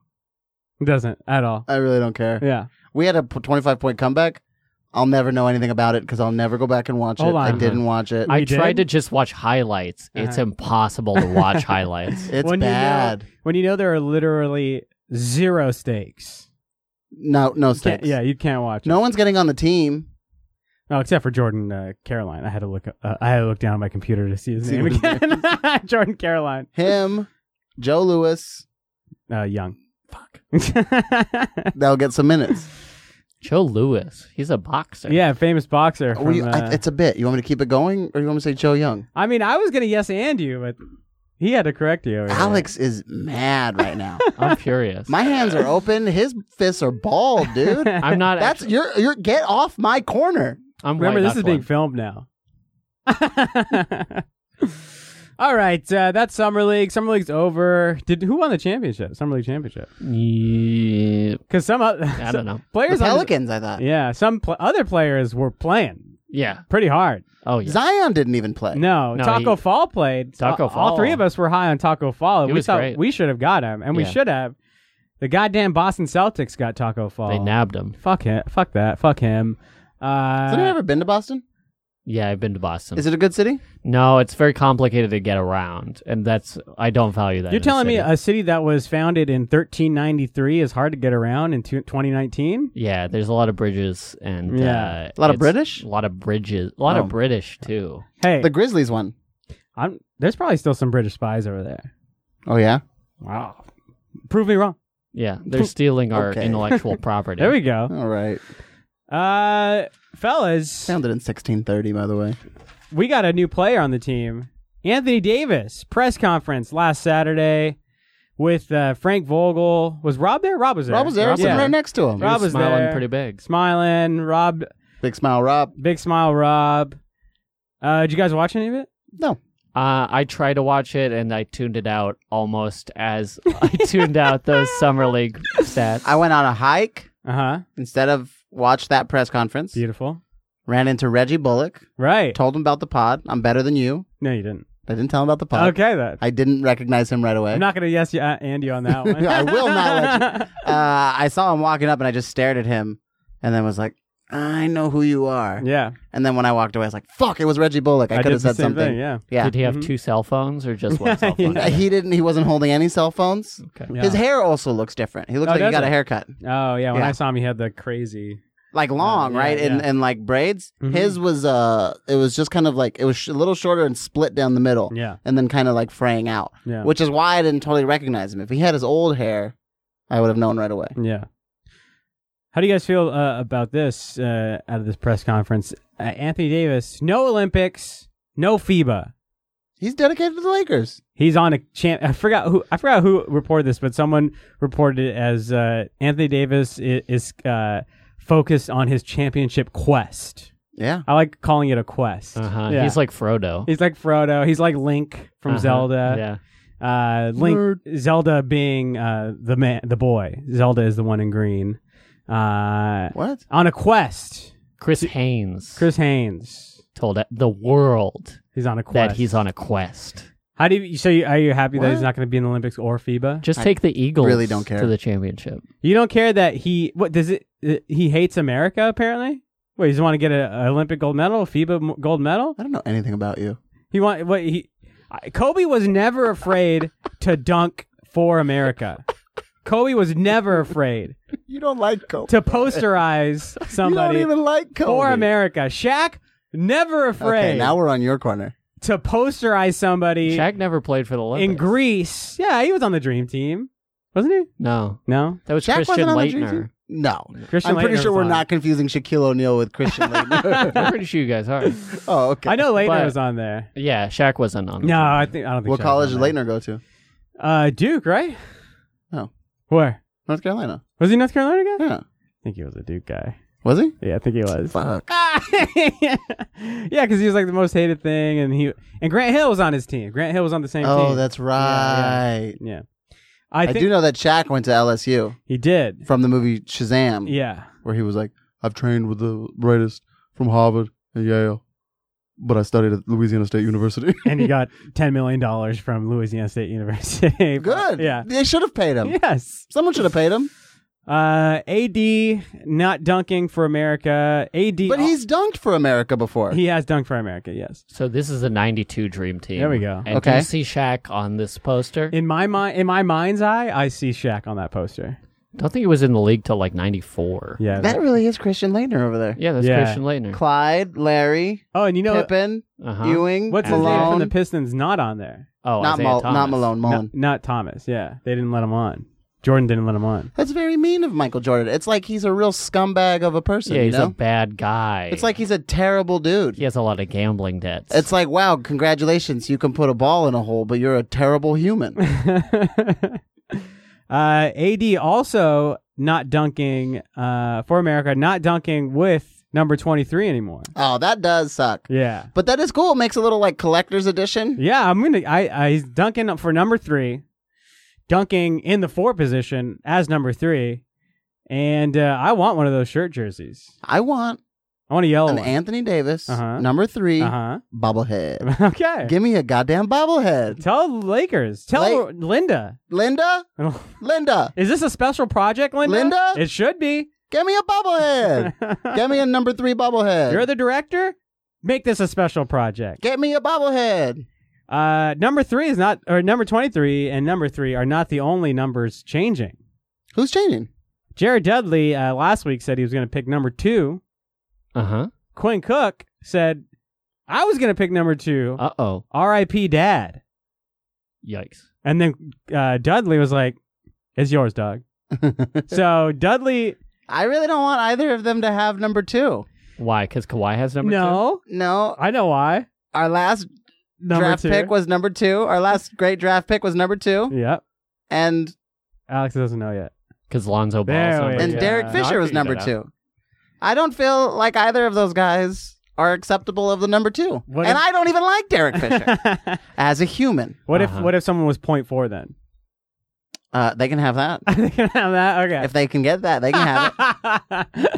[SPEAKER 1] It doesn't at all.
[SPEAKER 3] I really don't care.
[SPEAKER 1] Yeah,
[SPEAKER 3] We had a p- 25 point comeback. I'll never know anything about it because I'll never go back and watch
[SPEAKER 1] Hold
[SPEAKER 3] it. I
[SPEAKER 1] on.
[SPEAKER 3] didn't watch it.
[SPEAKER 2] I
[SPEAKER 1] You
[SPEAKER 2] tried to
[SPEAKER 1] did?
[SPEAKER 2] just watch highlights. It's
[SPEAKER 1] Uh-huh.
[SPEAKER 2] impossible to watch highlights.
[SPEAKER 3] it's
[SPEAKER 1] When you know-
[SPEAKER 3] bad.
[SPEAKER 1] when you know there are literally zero stakes.
[SPEAKER 3] No, no
[SPEAKER 1] Can't-
[SPEAKER 3] stakes.
[SPEAKER 1] yeah, you can't watch. it.
[SPEAKER 3] No one's getting on the team.
[SPEAKER 1] No, except for Jordan uh, Caroline. I had to look. Uh, I had to look down at my computer to see his
[SPEAKER 3] See
[SPEAKER 1] name
[SPEAKER 3] what his
[SPEAKER 1] again. Jordan Caroline.
[SPEAKER 3] Him, Joe Lewis,
[SPEAKER 1] Uh, young.
[SPEAKER 2] Fuck.
[SPEAKER 3] they'll get some minutes.
[SPEAKER 2] Joe Lewis. He's a boxer.
[SPEAKER 1] yeah, famous boxer.
[SPEAKER 3] Were
[SPEAKER 1] From,
[SPEAKER 3] you- I-
[SPEAKER 1] uh,
[SPEAKER 3] it's a bit. You want me to keep it going or you want me to say Joe Young?
[SPEAKER 1] I mean, I was gonna yes and you, but he had to correct you. over there.
[SPEAKER 3] Alex is mad right now.
[SPEAKER 2] I'm furious.
[SPEAKER 3] My hands are open. His fists are bald, dude.
[SPEAKER 2] I'm not.
[SPEAKER 3] That's you're you're get off my corner.
[SPEAKER 2] I'm
[SPEAKER 1] remember
[SPEAKER 2] white
[SPEAKER 1] this is being filmed
[SPEAKER 2] knuckling.
[SPEAKER 1] now. All right, uh, that's summer league. Summer league's over. Did who won the championship? Summer league championship.
[SPEAKER 2] Yeah,
[SPEAKER 1] Because some other
[SPEAKER 2] I don't know.
[SPEAKER 3] The
[SPEAKER 1] players, on the-
[SPEAKER 3] Pelicans, I thought.
[SPEAKER 1] yeah, some pl- other players were playing
[SPEAKER 2] Yeah.
[SPEAKER 1] pretty hard.
[SPEAKER 2] Oh yeah.
[SPEAKER 3] Zion didn't even play.
[SPEAKER 1] No,
[SPEAKER 2] No,
[SPEAKER 1] Taco
[SPEAKER 2] he-
[SPEAKER 1] Fall played. Uh,
[SPEAKER 2] Taco
[SPEAKER 1] all, all three
[SPEAKER 2] Fall.
[SPEAKER 1] of us were high on Taco Fall.
[SPEAKER 2] He
[SPEAKER 1] we
[SPEAKER 2] was
[SPEAKER 1] thought
[SPEAKER 2] great.
[SPEAKER 1] we should have got him, and we
[SPEAKER 2] Yeah.
[SPEAKER 1] should have. The goddamn Boston Celtics got Taco Fall.
[SPEAKER 2] They nabbed him.
[SPEAKER 1] Fuck him. Fuck that. Fuck him.
[SPEAKER 3] Has anyone
[SPEAKER 1] Uh,
[SPEAKER 3] ever been to Boston?
[SPEAKER 2] Yeah, I've been to Boston.
[SPEAKER 3] Is it a good city?
[SPEAKER 2] no, it's very complicated to get around, and that's I don't value that.
[SPEAKER 1] you're
[SPEAKER 2] in a
[SPEAKER 1] telling me
[SPEAKER 2] city.
[SPEAKER 1] a city that was founded in 1393 is hard to get around in two- 2019?
[SPEAKER 2] yeah, there's a lot of bridges and
[SPEAKER 1] Yeah.
[SPEAKER 2] uh,
[SPEAKER 3] A lot of
[SPEAKER 2] it's-
[SPEAKER 3] British?
[SPEAKER 2] a lot of bridges, a lot
[SPEAKER 3] Oh.
[SPEAKER 2] of British too.
[SPEAKER 1] Hey,
[SPEAKER 3] The Grizzlies won.
[SPEAKER 1] I'm, there's probably still some British spies over there.
[SPEAKER 3] Oh yeah.
[SPEAKER 1] Wow. Prove me wrong.
[SPEAKER 2] Yeah, they're stealing our
[SPEAKER 3] Okay.
[SPEAKER 2] intellectual property.
[SPEAKER 1] There we go.
[SPEAKER 3] All right.
[SPEAKER 1] Uh, fellas,
[SPEAKER 3] Founded in 1630, by the way.
[SPEAKER 1] we got a new player on the team. Anthony Davis, press conference last Saturday with uh, Frank Vogel. Was Rob there? Rob was there.
[SPEAKER 3] Rob was there.
[SPEAKER 2] Rob was
[SPEAKER 3] sitting
[SPEAKER 1] there.
[SPEAKER 3] right next to him.
[SPEAKER 2] He was
[SPEAKER 1] Rob was
[SPEAKER 2] smiling
[SPEAKER 1] there.
[SPEAKER 2] pretty big.
[SPEAKER 1] Smiling. Rob,
[SPEAKER 3] Big smile, Rob.
[SPEAKER 1] big smile, Rob. Uh, did you guys watch any of it?
[SPEAKER 3] No.
[SPEAKER 2] Uh, I tried to watch it and I tuned it out almost as I tuned out those summer league stats.
[SPEAKER 3] I went on a hike
[SPEAKER 1] Uh huh.
[SPEAKER 3] instead of watch that press conference.
[SPEAKER 1] Beautiful.
[SPEAKER 3] Ran into Reggie Bullock.
[SPEAKER 1] Right.
[SPEAKER 3] Told him about the pod. I'm better than you.
[SPEAKER 1] No, you didn't.
[SPEAKER 3] I didn't tell him about the pod.
[SPEAKER 1] okay, then.
[SPEAKER 3] I didn't recognize him right away.
[SPEAKER 1] I'm not going to yes you, uh, and you on that one.
[SPEAKER 3] I will not uh, I saw him walking up and I just stared at him and then was like, I know who you are.
[SPEAKER 1] yeah.
[SPEAKER 3] And then when I walked away, I was like, fuck, it was Reggie Bullock. I,
[SPEAKER 1] did
[SPEAKER 3] could have
[SPEAKER 1] the
[SPEAKER 3] said
[SPEAKER 1] same
[SPEAKER 3] something.
[SPEAKER 1] Thing, yeah.
[SPEAKER 3] yeah.
[SPEAKER 2] Did he have two cell phones or just one cell phone?
[SPEAKER 1] Mm-hmm. Yeah.
[SPEAKER 3] Uh, He didn't, he wasn't holding any cell phones.
[SPEAKER 2] Okay.
[SPEAKER 1] Yeah.
[SPEAKER 3] His hair also looks different. He looks
[SPEAKER 1] Oh,
[SPEAKER 3] like he
[SPEAKER 1] does
[SPEAKER 3] got a
[SPEAKER 1] it?
[SPEAKER 3] haircut.
[SPEAKER 1] oh, yeah. When
[SPEAKER 3] Yeah.
[SPEAKER 1] I saw him, he had the crazy.
[SPEAKER 3] Like long,
[SPEAKER 1] Oh, yeah,
[SPEAKER 3] right? And,
[SPEAKER 1] yeah.
[SPEAKER 3] and like braids.
[SPEAKER 1] Mhm.
[SPEAKER 3] His was, uh, it was just kind of like, it was sh- a little shorter and split down the middle
[SPEAKER 1] Yeah.
[SPEAKER 3] and then kind of like fraying out,
[SPEAKER 1] Yeah.
[SPEAKER 3] which is why I didn't totally recognize him. If he had his old hair, I would have known right away.
[SPEAKER 1] Yeah. How do you guys feel uh, about this uh, out of this press conference? Uh, Anthony Davis, no Olympics, no FIBA.
[SPEAKER 3] He's dedicated to the Lakers.
[SPEAKER 1] He's on a champ. I forgot who I forgot who reported this, but someone reported it as uh, Anthony Davis is, is uh, focused on his championship quest.
[SPEAKER 3] Yeah.
[SPEAKER 1] I like calling it a quest.
[SPEAKER 2] Uh-huh.
[SPEAKER 1] Yeah.
[SPEAKER 2] He's like Frodo.
[SPEAKER 1] He's like Frodo. He's like Link from
[SPEAKER 2] Uh-huh.
[SPEAKER 1] Zelda.
[SPEAKER 2] Yeah.
[SPEAKER 1] Uh, Link, Zelda being uh, the man, the boy. Zelda is the one in green. Uh,
[SPEAKER 3] What?
[SPEAKER 1] on a quest.
[SPEAKER 2] Chris Haynes
[SPEAKER 1] Chris Haynes.
[SPEAKER 2] told the world
[SPEAKER 1] He's on a quest.
[SPEAKER 2] that he's on a quest.
[SPEAKER 1] How do you? So you, are you happy that he's
[SPEAKER 3] What?
[SPEAKER 1] not going to be in the Olympics or FIBA?
[SPEAKER 2] Just take the Eagles
[SPEAKER 3] really don't care.
[SPEAKER 2] to the championship.
[SPEAKER 1] You don't care that he what does it? uh, He hates America apparently. Wait, he doesn't want to get an Olympic gold medal, FIBA m- gold medal.
[SPEAKER 3] I don't know anything about you.
[SPEAKER 1] He want what he? I- Kobe was never afraid to dunk for America. Kobe was never afraid
[SPEAKER 3] You don't like Kobe.
[SPEAKER 1] to posterize somebody
[SPEAKER 3] like Kobe.
[SPEAKER 1] for America. Shaq never afraid
[SPEAKER 3] Okay, now we're on your corner.
[SPEAKER 1] to posterize somebody
[SPEAKER 2] Shaq never played for the Olympics.
[SPEAKER 1] in Greece. Yeah, he was on the dream team, wasn't he?
[SPEAKER 2] no,
[SPEAKER 1] No,
[SPEAKER 2] that was
[SPEAKER 3] Shaq
[SPEAKER 2] Christian
[SPEAKER 3] wasn't on the dream
[SPEAKER 2] Leitner.
[SPEAKER 3] team? No.
[SPEAKER 1] Christian.
[SPEAKER 3] I'm pretty
[SPEAKER 1] Laettner
[SPEAKER 3] sure
[SPEAKER 1] was
[SPEAKER 3] we're
[SPEAKER 1] on it.
[SPEAKER 3] not confusing Shaquille O'Neal with Christian Leitner.
[SPEAKER 2] I'm pretty sure you guys are.
[SPEAKER 3] oh, okay.
[SPEAKER 1] I know Leitner
[SPEAKER 2] But-
[SPEAKER 1] was on there.
[SPEAKER 2] Yeah, Shaq wasn't on. it.
[SPEAKER 1] No, I think I don't think.
[SPEAKER 3] What
[SPEAKER 1] Shaq was
[SPEAKER 3] college did
[SPEAKER 1] on there.
[SPEAKER 3] Leitner go to?
[SPEAKER 1] Uh, Duke, right? Oh.
[SPEAKER 3] No.
[SPEAKER 1] Where
[SPEAKER 3] North Carolina.
[SPEAKER 1] was he? North Carolina guy?
[SPEAKER 3] Yeah.
[SPEAKER 1] I think he was a Duke guy.
[SPEAKER 3] Was he?
[SPEAKER 1] Yeah, I think he was.
[SPEAKER 3] Fuck.
[SPEAKER 1] yeah, because he was like the most hated thing, and he and Grant Hill was on his team. Grant Hill was on the same
[SPEAKER 3] Oh,
[SPEAKER 1] team.
[SPEAKER 3] that's
[SPEAKER 1] Yeah,
[SPEAKER 3] right.
[SPEAKER 1] yeah. I,
[SPEAKER 3] I
[SPEAKER 1] think
[SPEAKER 3] do know that Shaq went to LSU
[SPEAKER 1] he did.
[SPEAKER 3] from the movie Shazam.
[SPEAKER 1] Yeah,
[SPEAKER 3] where he was like, I've trained with the brightest from Harvard and Yale, but I studied at Louisiana State University.
[SPEAKER 1] and he got ten million dollars from Louisiana State University.
[SPEAKER 3] Good.
[SPEAKER 1] Yeah.
[SPEAKER 3] They should have paid him.
[SPEAKER 1] Yes.
[SPEAKER 3] Someone should have paid him.
[SPEAKER 1] Uh, AD not dunking for America. AD,
[SPEAKER 3] But he's dunked for America before.
[SPEAKER 1] he has dunked for America. Yes.
[SPEAKER 2] So this is a '92 Dream Team.
[SPEAKER 1] There we go.
[SPEAKER 2] And do
[SPEAKER 3] Okay.
[SPEAKER 2] you see Shaq on this poster?
[SPEAKER 1] In my mind, in my mind's eye, I see Shaq on that poster.
[SPEAKER 2] Don't think he was in the league till like '94.
[SPEAKER 1] Yeah.
[SPEAKER 3] that really is Christian Leitner over there.
[SPEAKER 2] yeah, that's
[SPEAKER 1] Yeah.
[SPEAKER 2] Christian Leitner.
[SPEAKER 3] Clyde, Larry,
[SPEAKER 1] oh, and you know
[SPEAKER 3] Pippen,
[SPEAKER 2] Uh-huh.
[SPEAKER 3] Ewing,
[SPEAKER 1] what's his name
[SPEAKER 3] Malone.
[SPEAKER 1] from the Pistons? Not on there.
[SPEAKER 2] oh,
[SPEAKER 3] not,
[SPEAKER 2] Isaiah
[SPEAKER 3] Mal-
[SPEAKER 2] Thomas.
[SPEAKER 3] not Malone,
[SPEAKER 1] No-
[SPEAKER 3] Mullen.
[SPEAKER 1] not Thomas. Yeah, they didn't let him on. Jordan didn't let him on.
[SPEAKER 3] That's very mean of Michael Jordan. It's like he's a real scumbag of a person.
[SPEAKER 2] Yeah,
[SPEAKER 3] you
[SPEAKER 2] he's
[SPEAKER 3] know?
[SPEAKER 2] a bad guy.
[SPEAKER 3] it's like he's a terrible dude.
[SPEAKER 2] he has a lot of gambling debts.
[SPEAKER 3] It's like, wow, congratulations, you can put a ball in a hole, but you're a terrible human.
[SPEAKER 1] uh, AD also not dunking uh, for America. Not dunking with number twenty three anymore.
[SPEAKER 3] oh, that does suck.
[SPEAKER 1] Yeah.
[SPEAKER 3] But that is cool. It makes a little like collector's edition.
[SPEAKER 1] Yeah, I'm gonna. I, I he's dunking up for number three, dunking in the four position as number three, and uh, I want one of those shirt jerseys.
[SPEAKER 3] I want
[SPEAKER 1] I want a yellow
[SPEAKER 3] an
[SPEAKER 1] one.
[SPEAKER 3] Anthony Davis,
[SPEAKER 1] Oh. Uh-huh.
[SPEAKER 3] number 3
[SPEAKER 1] Uh
[SPEAKER 3] bobblehead.
[SPEAKER 1] huh. okay.
[SPEAKER 3] Give me a goddamn bobblehead.
[SPEAKER 1] Tell Lakers. Tell Linda.
[SPEAKER 3] Linda, Linda,
[SPEAKER 1] Is this a special project, Linda?
[SPEAKER 3] Linda?
[SPEAKER 1] It should be.
[SPEAKER 3] get me a bobblehead. get me a number three bobblehead.
[SPEAKER 1] You're the director. Make this a special project.
[SPEAKER 3] get me a bobblehead.
[SPEAKER 1] Uh, number three is not, or number twenty-three and number three are not the only numbers changing.
[SPEAKER 3] Who's changing?
[SPEAKER 1] Jared Dudley uh, last week said he was going to pick number two.
[SPEAKER 2] uh huh.
[SPEAKER 1] Quinn Cook said, I was going to pick number two,
[SPEAKER 2] Uh oh.
[SPEAKER 1] RIP dad.
[SPEAKER 2] Yikes.
[SPEAKER 1] And then uh, Dudley was like, It's yours, dog. so Dudley,
[SPEAKER 3] I really don't want either of them to have number two.
[SPEAKER 2] Why? Because Kawhi has number two.
[SPEAKER 1] no,
[SPEAKER 3] No,
[SPEAKER 1] I know why.
[SPEAKER 3] our last
[SPEAKER 1] Number
[SPEAKER 3] draft
[SPEAKER 1] two.
[SPEAKER 3] pick was number two. Our last great draft pick was number two,
[SPEAKER 1] Yep.
[SPEAKER 3] and
[SPEAKER 1] Alex doesn't know yet.
[SPEAKER 2] Because Lonzo Ball.
[SPEAKER 1] There we
[SPEAKER 3] and
[SPEAKER 1] Yeah.
[SPEAKER 3] Derek
[SPEAKER 1] No,
[SPEAKER 3] Fisher was number two. I don't feel like either of those guys are acceptable of the number two,
[SPEAKER 1] What
[SPEAKER 3] and
[SPEAKER 1] if-
[SPEAKER 3] I don't even like Derek Fisher as a human.
[SPEAKER 1] what if
[SPEAKER 2] Uh-huh.
[SPEAKER 1] what if someone was point four then?
[SPEAKER 3] Uh, they can have that
[SPEAKER 1] they can have that. Okay.
[SPEAKER 3] if they can get that. They can have it.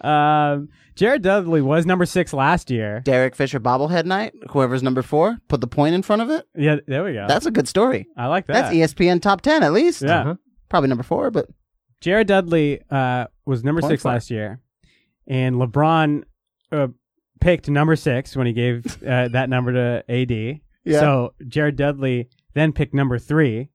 [SPEAKER 1] um, Jared Dudley was number six last year.
[SPEAKER 3] Derek Fisher bobblehead night. Whoever's number four, put the point in front of it.
[SPEAKER 1] Yeah, there we go.
[SPEAKER 3] That's a good story.
[SPEAKER 1] I like that.
[SPEAKER 3] That's E ESPN top ten at least.
[SPEAKER 1] Yeah.
[SPEAKER 2] Uh-huh.
[SPEAKER 3] Probably number four, but
[SPEAKER 1] Jared Dudley uh, was number
[SPEAKER 3] Point
[SPEAKER 1] six
[SPEAKER 3] for it.
[SPEAKER 1] last year, and LeBron uh, picked number six when he gave uh, that number to AD.
[SPEAKER 3] Yeah.
[SPEAKER 1] So Jared Dudley then picked number three,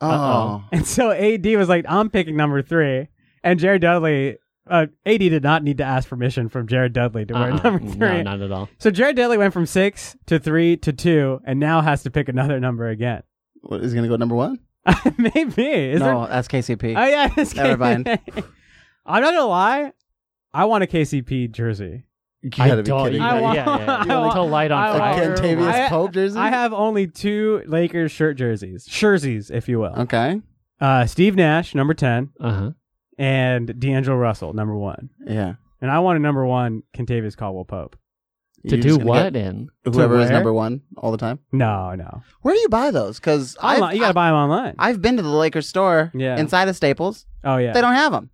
[SPEAKER 3] oh,
[SPEAKER 2] Uh-oh.
[SPEAKER 1] and so AD was like, "I'm picking number three. and Jared Dudley. Uh, AD did not need to ask permission from Jared Dudley to wear
[SPEAKER 2] Uh-uh.
[SPEAKER 1] number three.
[SPEAKER 2] No, not at all.
[SPEAKER 1] So Jared Dudley went from six to three to two, and now has to pick another number again.
[SPEAKER 3] what, is he gonna go number one?
[SPEAKER 1] Maybe is there
[SPEAKER 3] no, that's KCP.
[SPEAKER 1] Oh yeah, this
[SPEAKER 3] Never
[SPEAKER 1] game-
[SPEAKER 3] mind.
[SPEAKER 1] I'm not gonna lie. I want a KCP jersey.
[SPEAKER 3] you
[SPEAKER 2] I don't.
[SPEAKER 1] me. I
[SPEAKER 2] yeah,
[SPEAKER 1] want-
[SPEAKER 2] yeah, yeah.
[SPEAKER 1] I want-
[SPEAKER 2] To light on
[SPEAKER 1] I
[SPEAKER 2] fire.
[SPEAKER 1] want- Octavius I-
[SPEAKER 3] Pope jersey.
[SPEAKER 1] I have only two Lakers shirt jerseys, jerseys, if you will.
[SPEAKER 3] okay.
[SPEAKER 1] Uh, Steve Nash, number ten,
[SPEAKER 2] Uh huh.
[SPEAKER 1] and D'Angelo Russell, number one.
[SPEAKER 3] Yeah.
[SPEAKER 1] And I want a number one Contavious Caldwell Pope.
[SPEAKER 2] To
[SPEAKER 3] You're
[SPEAKER 2] do
[SPEAKER 3] just gonna
[SPEAKER 2] what
[SPEAKER 3] get
[SPEAKER 2] in?
[SPEAKER 3] Whoever is
[SPEAKER 1] where?
[SPEAKER 3] number one all the time.
[SPEAKER 1] No, no.
[SPEAKER 3] Where do you buy those? Because
[SPEAKER 1] Online, you gotta buy them online.
[SPEAKER 3] I've been to the Lakers store
[SPEAKER 1] Yeah.
[SPEAKER 3] inside of Staples.
[SPEAKER 1] oh yeah.
[SPEAKER 3] They don't have them.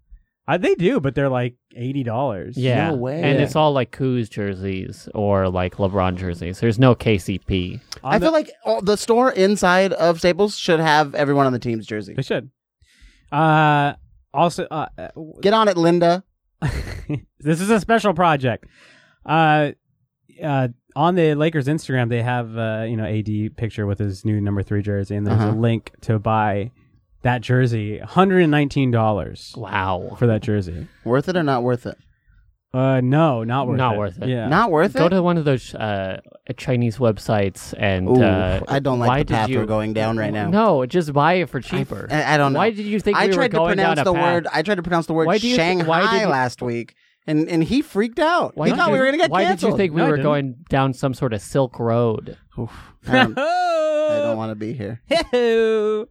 [SPEAKER 1] Uh, they do, but they're like eighty dollars.
[SPEAKER 2] Yeah.
[SPEAKER 3] No way.
[SPEAKER 2] And
[SPEAKER 3] Yeah.
[SPEAKER 2] it's all like Kuz jerseys or like LeBron jerseys. There's no KCP.
[SPEAKER 3] I feel like all, the store inside of Staples should have everyone on the team's jersey.
[SPEAKER 1] they should. Uh, also, uh, uh, w-
[SPEAKER 3] Get on it, Linda.
[SPEAKER 1] this is a special project. Uh, uh, on the Lakers Instagram, they have uh, you know AD picture with his new number three jersey, and there's a
[SPEAKER 3] Uh-huh.
[SPEAKER 1] link to buy that jersey, one hundred and nineteen dollars
[SPEAKER 2] Wow.
[SPEAKER 1] for that jersey.
[SPEAKER 3] Worth it or not worth it?
[SPEAKER 1] Uh, no, not worth
[SPEAKER 2] Not
[SPEAKER 1] it.
[SPEAKER 2] worth it.
[SPEAKER 1] Yeah,
[SPEAKER 3] Not worth
[SPEAKER 2] Go
[SPEAKER 3] it.
[SPEAKER 2] to one of those uh, Chinese websites and.
[SPEAKER 3] Ooh,
[SPEAKER 2] uh,
[SPEAKER 3] I don't
[SPEAKER 2] why
[SPEAKER 3] like
[SPEAKER 2] did
[SPEAKER 3] the path
[SPEAKER 2] you...
[SPEAKER 3] we're going down right now.
[SPEAKER 2] No, just buy it for cheaper.
[SPEAKER 3] I, I don't know.
[SPEAKER 2] Why did you think
[SPEAKER 3] I
[SPEAKER 2] we
[SPEAKER 3] tried
[SPEAKER 2] were
[SPEAKER 3] to
[SPEAKER 2] going down
[SPEAKER 3] pronounce
[SPEAKER 2] a
[SPEAKER 3] the
[SPEAKER 2] path?
[SPEAKER 3] word. I tried to pronounce the word
[SPEAKER 2] Why do you think- why
[SPEAKER 3] Shanghai
[SPEAKER 2] did you-
[SPEAKER 3] last week, and and he freaked out. he
[SPEAKER 2] did
[SPEAKER 3] thought
[SPEAKER 2] you-
[SPEAKER 3] we were gonna get
[SPEAKER 2] Why
[SPEAKER 3] canceled.
[SPEAKER 2] did you think we
[SPEAKER 1] No, I
[SPEAKER 2] were
[SPEAKER 1] didn't.
[SPEAKER 2] going down some sort of silk road?
[SPEAKER 3] Um, I don't, want to be here.
[SPEAKER 1] Hello.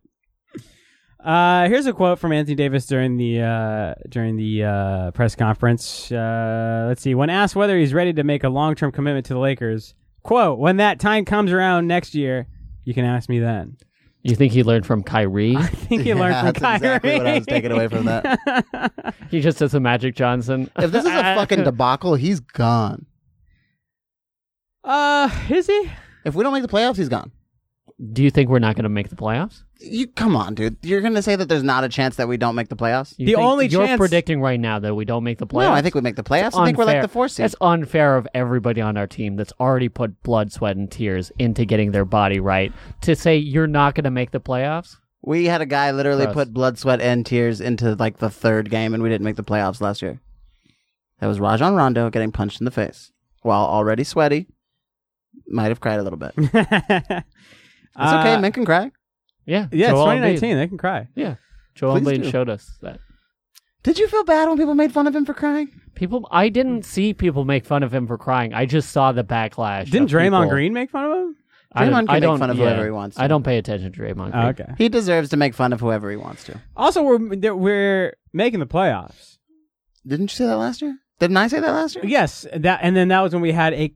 [SPEAKER 1] Uh, here's a quote from Anthony Davis during the uh, during the uh, press conference. Uh, let's see. When asked whether he's ready to make a long term commitment to the Lakers, quote: "When that time comes around next year, you can ask me then."
[SPEAKER 2] You think he learned from Kyrie?
[SPEAKER 1] I think he learned
[SPEAKER 3] Yeah,
[SPEAKER 1] from
[SPEAKER 3] that's
[SPEAKER 1] Kyrie.
[SPEAKER 3] exactly what I was taking away from that.
[SPEAKER 2] he just says a Magic Johnson.
[SPEAKER 3] If this is a fucking debacle, he's gone.
[SPEAKER 1] uh, is he?
[SPEAKER 3] If we don't make the playoffs, he's gone.
[SPEAKER 2] Do you think we're not going to make the playoffs?
[SPEAKER 3] You come on, dude. You're gonna say that there's not a chance that we don't make the playoffs?
[SPEAKER 2] You
[SPEAKER 1] The
[SPEAKER 2] think-
[SPEAKER 1] only
[SPEAKER 2] you're
[SPEAKER 1] chance-
[SPEAKER 2] predicting right now that we don't make the playoffs.
[SPEAKER 3] No, I think we make the playoffs. I think we're like
[SPEAKER 2] Unfair.
[SPEAKER 3] the four seed.
[SPEAKER 2] That's unfair of everybody on our team that's already put blood, sweat, and tears into getting their body right to say you're not going to make the playoffs.
[SPEAKER 3] We had a guy literally
[SPEAKER 2] Gross.
[SPEAKER 3] put blood, sweat, and tears into like the third game, and we didn't make the playoffs last year. That was Rajon Rondo getting punched in the face while already sweaty. Might have cried a little bit. It's okay. Men can cry.
[SPEAKER 2] Yeah,
[SPEAKER 1] Uh, Yeah, it's
[SPEAKER 2] Joel Embiid.
[SPEAKER 1] 2019. They can cry.
[SPEAKER 2] Yeah, Joel
[SPEAKER 3] Please
[SPEAKER 2] Embiid
[SPEAKER 3] do.
[SPEAKER 2] showed us that.
[SPEAKER 3] Did you feel bad when people made fun of him for crying?
[SPEAKER 2] People, I didn't see people make fun of him for crying. I just saw the backlash.
[SPEAKER 1] Didn't
[SPEAKER 2] of
[SPEAKER 1] Draymond
[SPEAKER 2] people.
[SPEAKER 1] Green make fun of him?
[SPEAKER 2] I
[SPEAKER 3] Draymond
[SPEAKER 2] don't-
[SPEAKER 3] can
[SPEAKER 2] I
[SPEAKER 3] make
[SPEAKER 2] don't-
[SPEAKER 3] fun of
[SPEAKER 2] yeah.
[SPEAKER 3] whoever he wants to.
[SPEAKER 2] I don't pay attention to Draymond.
[SPEAKER 1] Oh,
[SPEAKER 2] Green.
[SPEAKER 1] okay.
[SPEAKER 3] He deserves to make fun of whoever he wants to.
[SPEAKER 1] Also, we're we're making the playoffs.
[SPEAKER 3] Didn't you say that last year? Didn't I say that last year?
[SPEAKER 1] Yes, that and then that was when we had a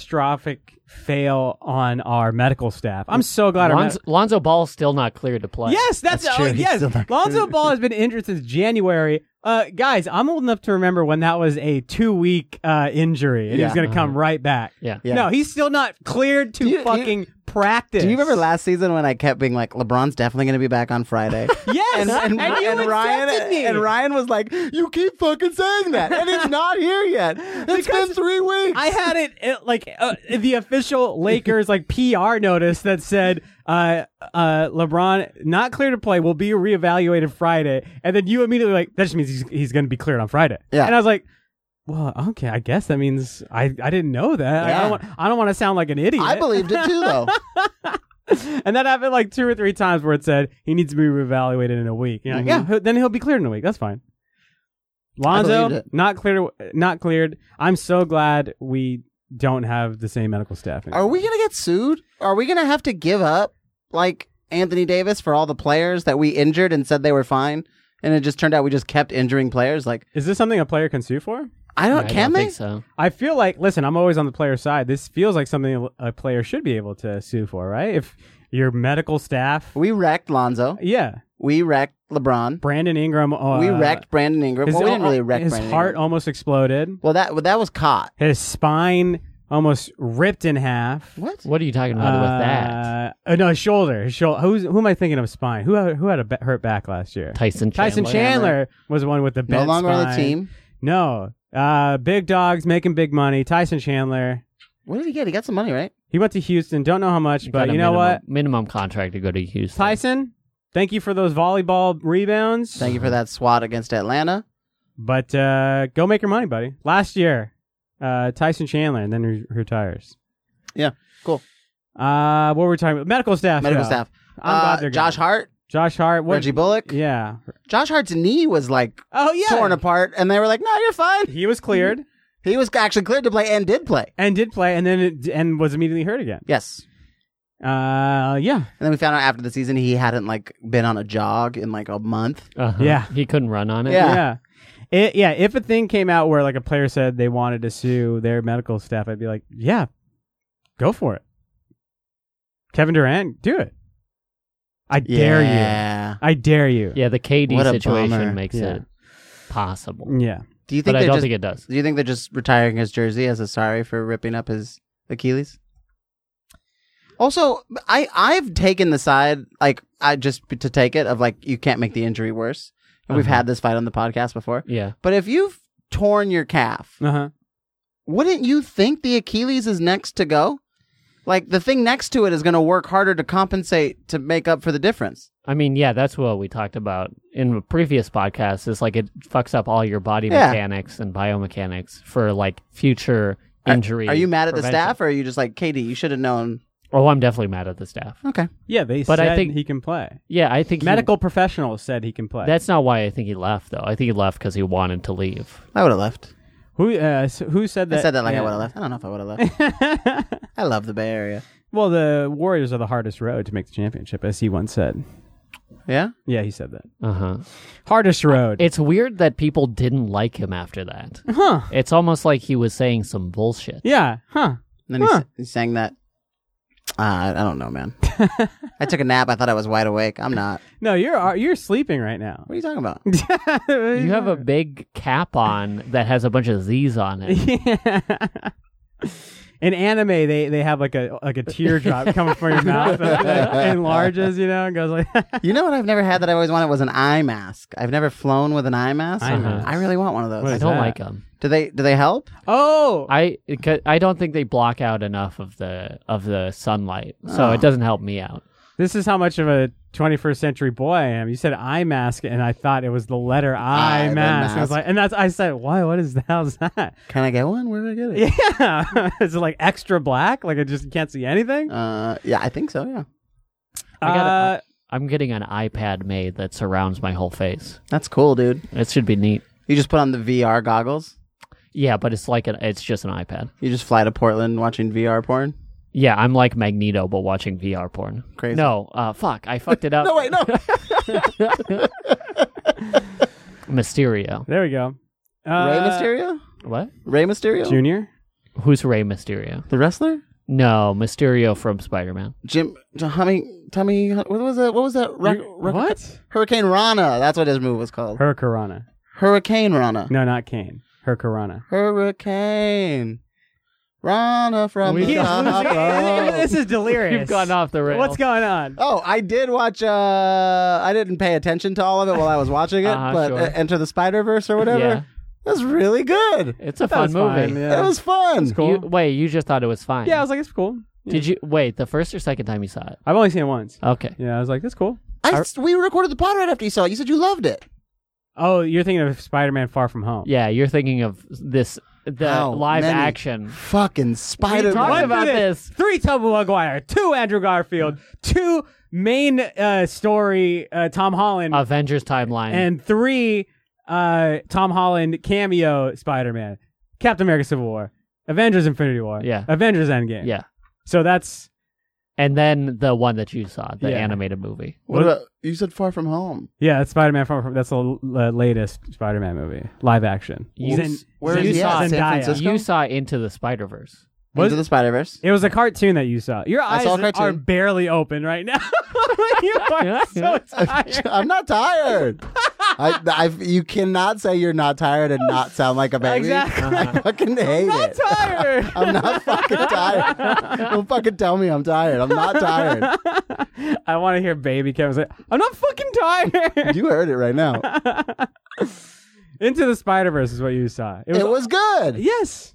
[SPEAKER 1] catastrophic fail on our medical staff. I'm so glad our
[SPEAKER 2] Lonzo, Lonzo Ball's still not clear to play.
[SPEAKER 1] med- Yes, that's,
[SPEAKER 3] That's true,
[SPEAKER 1] oh,
[SPEAKER 3] he's
[SPEAKER 1] yes.
[SPEAKER 3] still not-
[SPEAKER 1] Lonzo Ball has been injured since January. Uh, guys, I'm old enough to remember when that was a two week uh, injury and he was
[SPEAKER 3] Yeah. Uh-huh.
[SPEAKER 1] going to come right back.
[SPEAKER 2] Yeah.
[SPEAKER 3] Yeah.
[SPEAKER 1] No, he's still not cleared to
[SPEAKER 3] Do you- do you-
[SPEAKER 1] fucking practice.
[SPEAKER 3] Do you remember last season when I kept being like, LeBron's definitely going to be back on Friday?
[SPEAKER 1] Yes,
[SPEAKER 3] and, and,
[SPEAKER 1] you
[SPEAKER 3] and Ryan
[SPEAKER 1] accepted me.
[SPEAKER 3] and Ryan was like, "You keep fucking saying that, and it's not here yet. It's been three weeks."
[SPEAKER 1] I had it, it like uh, the official Lakers like PR notice that said uh, uh, LeBron not clear to play will be reevaluated Friday, and then you immediately like that just means he's he's going to be cleared on Friday.
[SPEAKER 3] Yeah.
[SPEAKER 1] and I was like. Well, okay, I guess that means I, I didn't know that. I
[SPEAKER 3] Yeah.
[SPEAKER 1] don't want I don't want to sound like an idiot.
[SPEAKER 3] I believed it too, though.
[SPEAKER 1] and that happened like two or three times where it said he needs to be reevaluated in a week. You know,
[SPEAKER 3] Mhm.
[SPEAKER 1] yeah, he'll- then he'll be cleared in a week. That's fine. Lonzo
[SPEAKER 3] believed it.
[SPEAKER 1] not cleared. Not cleared. I'm so glad we don't have the same medical staff.
[SPEAKER 3] Are
[SPEAKER 1] anymore.
[SPEAKER 3] we gonna get sued? Are we gonna have to give up like Anthony Davis for all the players that we injured and said they were fine, and it just turned out we just kept injuring players? Like,
[SPEAKER 1] Is this something a player can sue for?
[SPEAKER 3] I
[SPEAKER 2] I
[SPEAKER 3] don't.
[SPEAKER 2] don't
[SPEAKER 3] can they?
[SPEAKER 2] think so.
[SPEAKER 1] I feel like listen, I'm always on the player's side. This feels like something a player should be able to sue for, right? If your medical staff,
[SPEAKER 3] We wrecked Lonzo.
[SPEAKER 1] yeah,
[SPEAKER 3] We wrecked LeBron.
[SPEAKER 1] Brandon Ingram, uh,
[SPEAKER 3] we wrecked Brandon Ingram.
[SPEAKER 1] His,
[SPEAKER 3] Well, we didn't really wreck
[SPEAKER 1] his
[SPEAKER 3] Brandon
[SPEAKER 1] heart
[SPEAKER 3] Ingram.
[SPEAKER 1] almost exploded.
[SPEAKER 3] Well, that well, that was caught.
[SPEAKER 1] His spine almost ripped in half.
[SPEAKER 3] What?
[SPEAKER 2] What are you talking about with that?
[SPEAKER 1] Uh, uh, no, his shoulder. His shoulder. Who's who am I thinking of? Spine. Who had- who had a ba- hurt back last year?
[SPEAKER 2] Tyson Chandler.
[SPEAKER 1] Tyson Chandler was the one with the
[SPEAKER 3] No
[SPEAKER 1] bent
[SPEAKER 3] longer on the
[SPEAKER 1] spine.
[SPEAKER 3] team.
[SPEAKER 1] No, uh, big dogs making big money. Tyson Chandler.
[SPEAKER 3] What did he get? He got some money, right?
[SPEAKER 1] He went to Houston. Don't know how much,
[SPEAKER 2] Got
[SPEAKER 1] but
[SPEAKER 2] a
[SPEAKER 1] you know
[SPEAKER 2] minimum,
[SPEAKER 1] what?
[SPEAKER 2] Minimum contract to go to Houston.
[SPEAKER 1] Tyson, thank you for those volleyball rebounds.
[SPEAKER 3] Thank you for that swat against Atlanta.
[SPEAKER 1] But uh, go make your money, buddy. Last year, uh, Tyson Chandler, and then he retires.
[SPEAKER 3] Yeah, cool.
[SPEAKER 1] Uh, what were we talking about? Medical staff.
[SPEAKER 3] Medical
[SPEAKER 1] though.
[SPEAKER 3] staff.
[SPEAKER 1] I'm
[SPEAKER 3] Uh,
[SPEAKER 1] glad they're
[SPEAKER 3] Josh
[SPEAKER 1] gone.
[SPEAKER 3] Hart,
[SPEAKER 1] Josh Hart. What,
[SPEAKER 3] Reggie Bullock.
[SPEAKER 1] Yeah.
[SPEAKER 3] Josh Hart's knee was like
[SPEAKER 1] Oh yeah.
[SPEAKER 3] torn apart, and they were like, "No, you're fine."
[SPEAKER 1] He was cleared
[SPEAKER 3] He was actually cleared to play and did play.
[SPEAKER 1] and did play, and then it, and was immediately hurt again.
[SPEAKER 3] Yes.
[SPEAKER 1] Uh, yeah,
[SPEAKER 3] And then we found out after the season he hadn't like been on a jog in like a month.
[SPEAKER 2] Uh-huh.
[SPEAKER 1] Yeah.
[SPEAKER 2] He couldn't run on it.
[SPEAKER 3] Yeah.
[SPEAKER 1] yeah. It, yeah, if a thing came out where like a player said they wanted to sue their medical staff, I'd be like, yeah, go for it. Kevin Durant, do it. I dare you.
[SPEAKER 3] yeah.
[SPEAKER 1] I dare you.
[SPEAKER 2] Yeah, the KD
[SPEAKER 3] What a
[SPEAKER 2] situation
[SPEAKER 3] bummer.
[SPEAKER 2] makes
[SPEAKER 1] Yeah.
[SPEAKER 2] it possible.
[SPEAKER 1] Yeah.
[SPEAKER 3] Do you think
[SPEAKER 2] But I
[SPEAKER 3] they're
[SPEAKER 2] don't
[SPEAKER 3] just,
[SPEAKER 2] think it does.
[SPEAKER 3] do you think they're just retiring his jersey as a sorry for ripping up his Achilles? Also, I I've taken the side like I just to take it of like you can't make the injury worse. And We've
[SPEAKER 2] Uh-huh.
[SPEAKER 3] had this fight on the podcast before.
[SPEAKER 2] Yeah.
[SPEAKER 3] But if you've torn your calf,
[SPEAKER 1] Uh huh.
[SPEAKER 3] wouldn't you think the Achilles is next to go? Like the thing next to it is going to work harder to compensate to make up for the difference.
[SPEAKER 2] I mean, yeah, that's what we talked about in a previous podcast. Is like it fucks up all your body
[SPEAKER 3] Yeah.
[SPEAKER 2] mechanics and biomechanics for like future
[SPEAKER 3] Are-
[SPEAKER 2] injury.
[SPEAKER 3] Are you mad at the
[SPEAKER 2] prevention.
[SPEAKER 3] staff or are you just like, Katie, you should have known?
[SPEAKER 2] Oh, I'm definitely mad at the staff.
[SPEAKER 3] Okay.
[SPEAKER 1] Yeah, they
[SPEAKER 2] But I
[SPEAKER 1] said
[SPEAKER 2] think-
[SPEAKER 1] he can play.
[SPEAKER 2] Yeah, I think he-
[SPEAKER 1] Medical professionals said he can play.
[SPEAKER 2] that's not why I think he left though. I think he left because he wanted to leave.
[SPEAKER 3] I would have left.
[SPEAKER 1] who uh, s- who said that?
[SPEAKER 3] I said that like
[SPEAKER 1] yeah.
[SPEAKER 3] I would have left. I don't know if I would have left. I love the Bay Area.
[SPEAKER 1] well, the Warriors are the hardest road to make the championship, as he once said.
[SPEAKER 3] Yeah?
[SPEAKER 1] Yeah, he said that.
[SPEAKER 2] Uh huh.
[SPEAKER 1] Hardest road.
[SPEAKER 2] It's weird that people didn't like him after that.
[SPEAKER 1] huh.
[SPEAKER 2] It's almost like he was saying some bullshit.
[SPEAKER 1] Yeah. Huh.
[SPEAKER 3] And then he,
[SPEAKER 1] Huh.
[SPEAKER 3] sa- he sang that. Uh, I I don't know, man. I took a nap. I thought I was wide awake. I'm not.
[SPEAKER 1] No, you're uh, you're sleeping right now.
[SPEAKER 3] What are you talking about?
[SPEAKER 2] You have a big cap on that has a bunch of Z's on it.
[SPEAKER 1] Yeah. In anime, they, they have like a like a teardrop coming from your mouth that, that enlarges, you know, and goes like.
[SPEAKER 3] You know what I've never had that I always wanted was an eye mask. I've never flown with an eye mask.
[SPEAKER 1] Eye mask.
[SPEAKER 3] I really want one of those.
[SPEAKER 1] What
[SPEAKER 2] I
[SPEAKER 1] is
[SPEAKER 2] don't
[SPEAKER 1] that?
[SPEAKER 2] like him.
[SPEAKER 3] Do they do they help?
[SPEAKER 1] oh,
[SPEAKER 2] I it co- I don't think they block out enough of the of the sunlight, so
[SPEAKER 3] Oh.
[SPEAKER 2] it doesn't help me out.
[SPEAKER 1] this is how much of a 21st century boy I am. You said eye mask, and I thought it was the letter I,
[SPEAKER 3] Eye, the
[SPEAKER 1] mask. I was
[SPEAKER 3] mask.
[SPEAKER 1] like, and that's I said, why? What is the hell's that?
[SPEAKER 3] Can I get one? Where did I get it?
[SPEAKER 1] Yeah, is it like extra black? Like I just can't see anything.
[SPEAKER 3] Uh, yeah, I think so. Yeah,
[SPEAKER 2] I gotta-
[SPEAKER 1] Uh,
[SPEAKER 2] I'm getting an iPad made that surrounds my whole face.
[SPEAKER 3] that's cool, dude.
[SPEAKER 2] It should be neat.
[SPEAKER 3] You just put on the VR goggles.
[SPEAKER 2] Yeah, but it's like an it's just an iPad.
[SPEAKER 3] You just fly to Portland watching VR porn.
[SPEAKER 2] Yeah, I'm like Magneto but watching VR porn.
[SPEAKER 3] Crazy.
[SPEAKER 2] No, uh, fuck, I fucked it up.
[SPEAKER 3] No, wait, no.
[SPEAKER 2] Mysterio.
[SPEAKER 1] there we go.
[SPEAKER 3] Ray
[SPEAKER 1] Uh,
[SPEAKER 3] Mysterio.
[SPEAKER 2] What?
[SPEAKER 3] Ray Mysterio,
[SPEAKER 1] Junior.
[SPEAKER 2] Who's Ray Mysterio?
[SPEAKER 3] the wrestler.
[SPEAKER 2] No, Mysterio from Spider Man.
[SPEAKER 3] Jim, Tommy, Tommy. What was that? What was that? Ru- Ru-
[SPEAKER 1] What?
[SPEAKER 3] Hurricane Rana. That's what his move was called.
[SPEAKER 1] Her Karana.
[SPEAKER 3] Hurricane Rana.
[SPEAKER 1] No, not Kane. Her Karana.
[SPEAKER 3] Hurricane Rana from the top
[SPEAKER 1] this
[SPEAKER 3] rope.
[SPEAKER 1] is delirious.
[SPEAKER 2] You've gone off the rail.
[SPEAKER 1] What's going on?
[SPEAKER 3] Oh, I did watch. uh I didn't pay attention to all of it while I was watching it,
[SPEAKER 2] Uh-huh,
[SPEAKER 3] but
[SPEAKER 2] sure.
[SPEAKER 3] uh, Enter the Spider Verse or whatever.
[SPEAKER 2] Yeah.
[SPEAKER 3] That's really good.
[SPEAKER 2] It's a
[SPEAKER 1] That
[SPEAKER 2] fun
[SPEAKER 1] was
[SPEAKER 2] movie.
[SPEAKER 1] fine, yeah.
[SPEAKER 3] It was fun.
[SPEAKER 1] cool.
[SPEAKER 2] You, wait, you just thought it was fine.
[SPEAKER 1] Yeah, I was like, it's cool. Yeah.
[SPEAKER 2] Did you wait the first or second time you saw it?
[SPEAKER 1] I've only seen it once.
[SPEAKER 2] Okay.
[SPEAKER 1] Yeah, I was like, that's cool.
[SPEAKER 3] I, we recorded the pod right after you saw it. You said you loved it.
[SPEAKER 1] Oh, you're thinking of Spider-Man: Far From Home.
[SPEAKER 2] Yeah, you're thinking of this the
[SPEAKER 3] How
[SPEAKER 2] live
[SPEAKER 3] many
[SPEAKER 2] action.
[SPEAKER 3] Fucking Spider.
[SPEAKER 2] talked
[SPEAKER 1] One
[SPEAKER 2] about
[SPEAKER 1] for
[SPEAKER 2] this.
[SPEAKER 1] Three Tobey Maguire, two Andrew Garfield, two main uh, story uh, Tom Holland,
[SPEAKER 2] Avengers timeline.
[SPEAKER 1] and three uh, Tom Holland cameo Spider-Man, Captain America: Civil War, Avengers: Infinity War,
[SPEAKER 2] Yeah.
[SPEAKER 1] Avengers: Endgame.
[SPEAKER 2] yeah.
[SPEAKER 1] So that's
[SPEAKER 2] And then the one that you saw, the
[SPEAKER 1] Yeah.
[SPEAKER 2] animated movie.
[SPEAKER 3] What about you said Far From Home?
[SPEAKER 1] yeah, that's Spider-Man. Far From That's the l- uh, latest Spider-Man movie, live action.
[SPEAKER 2] You-
[SPEAKER 1] Zen-
[SPEAKER 3] Where
[SPEAKER 1] Zen-
[SPEAKER 2] is he at?
[SPEAKER 1] Zendaya.
[SPEAKER 3] San Francisco?
[SPEAKER 2] You saw Into the Spider Verse.
[SPEAKER 1] Was-
[SPEAKER 3] Into the Spider Verse.
[SPEAKER 1] It was a cartoon that you saw. Your eyes
[SPEAKER 3] saw a
[SPEAKER 1] are
[SPEAKER 3] cartoon.
[SPEAKER 1] barely open right now. you are so tired.
[SPEAKER 3] I'm not tired. I, I've, you cannot say you're not tired and not sound like a baby.
[SPEAKER 1] Exactly.
[SPEAKER 2] Uh-huh.
[SPEAKER 3] I fucking hate
[SPEAKER 1] I'm
[SPEAKER 3] it.
[SPEAKER 1] tired.
[SPEAKER 3] I'm not fucking tired. Don't fucking tell me I'm tired. I'm not tired.
[SPEAKER 1] I want to hear baby Kevin say, "I'm not fucking tired."
[SPEAKER 3] You heard it right now.
[SPEAKER 1] Into the Spider Verse is what you saw. It was,
[SPEAKER 3] It was good.
[SPEAKER 1] yes.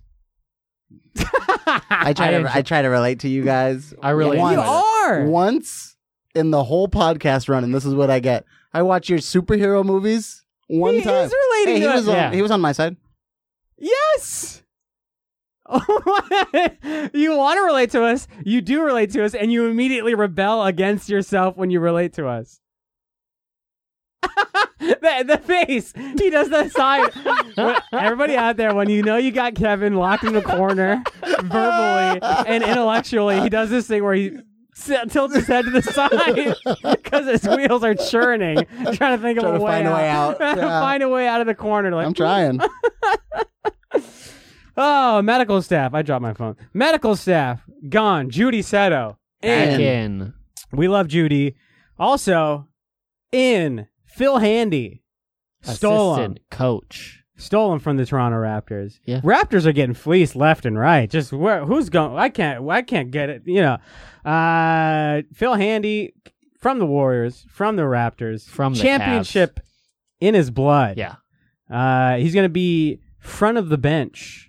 [SPEAKER 3] I try
[SPEAKER 2] I
[SPEAKER 3] to
[SPEAKER 2] enjoy-
[SPEAKER 3] I try to relate to you guys.
[SPEAKER 2] I really
[SPEAKER 3] Once.
[SPEAKER 1] You
[SPEAKER 2] enjoyed it.
[SPEAKER 1] are.
[SPEAKER 3] Once in the whole podcast run, and this is what I get. I watch your superhero movies one
[SPEAKER 1] he
[SPEAKER 3] time.
[SPEAKER 1] is relating
[SPEAKER 3] Hey, he
[SPEAKER 1] to
[SPEAKER 3] was
[SPEAKER 1] it.
[SPEAKER 3] on,
[SPEAKER 2] Yeah.
[SPEAKER 3] he was on my side.
[SPEAKER 1] Yes. Oh you want to relate to us, you do relate to us, and you immediately rebel against yourself when you relate to us. the, the face. He does that sign. When- Everybody out there, when you know you got Kevin locked in the corner verbally and intellectually, he does this thing where he s- tilts his head to the side because his wheels are churning, trying to think of
[SPEAKER 3] Trying
[SPEAKER 1] a,
[SPEAKER 3] to
[SPEAKER 1] way
[SPEAKER 3] find a
[SPEAKER 1] out.
[SPEAKER 3] way out.
[SPEAKER 1] Trying to
[SPEAKER 3] Yeah.
[SPEAKER 1] find a way out of the corner. Like,
[SPEAKER 3] I'm trying.
[SPEAKER 1] Oh, medical staff. I dropped my phone. Medical staff gone. Judy Seto.
[SPEAKER 3] And-
[SPEAKER 1] In.
[SPEAKER 2] Again.
[SPEAKER 1] We love Judy. Also, in Phil Handy. Stolen.
[SPEAKER 2] assistant coach.
[SPEAKER 1] Stolen from the Toronto Raptors.
[SPEAKER 2] Yeah.
[SPEAKER 1] Raptors are getting fleeced left and right. Just where, who's going? I can't. I can't get it. You know, uh, Phil Handy from the Warriors, from the Raptors,
[SPEAKER 2] From the
[SPEAKER 1] championship in his blood.
[SPEAKER 2] Yeah,
[SPEAKER 1] Uh, he's gonna be front of the bench.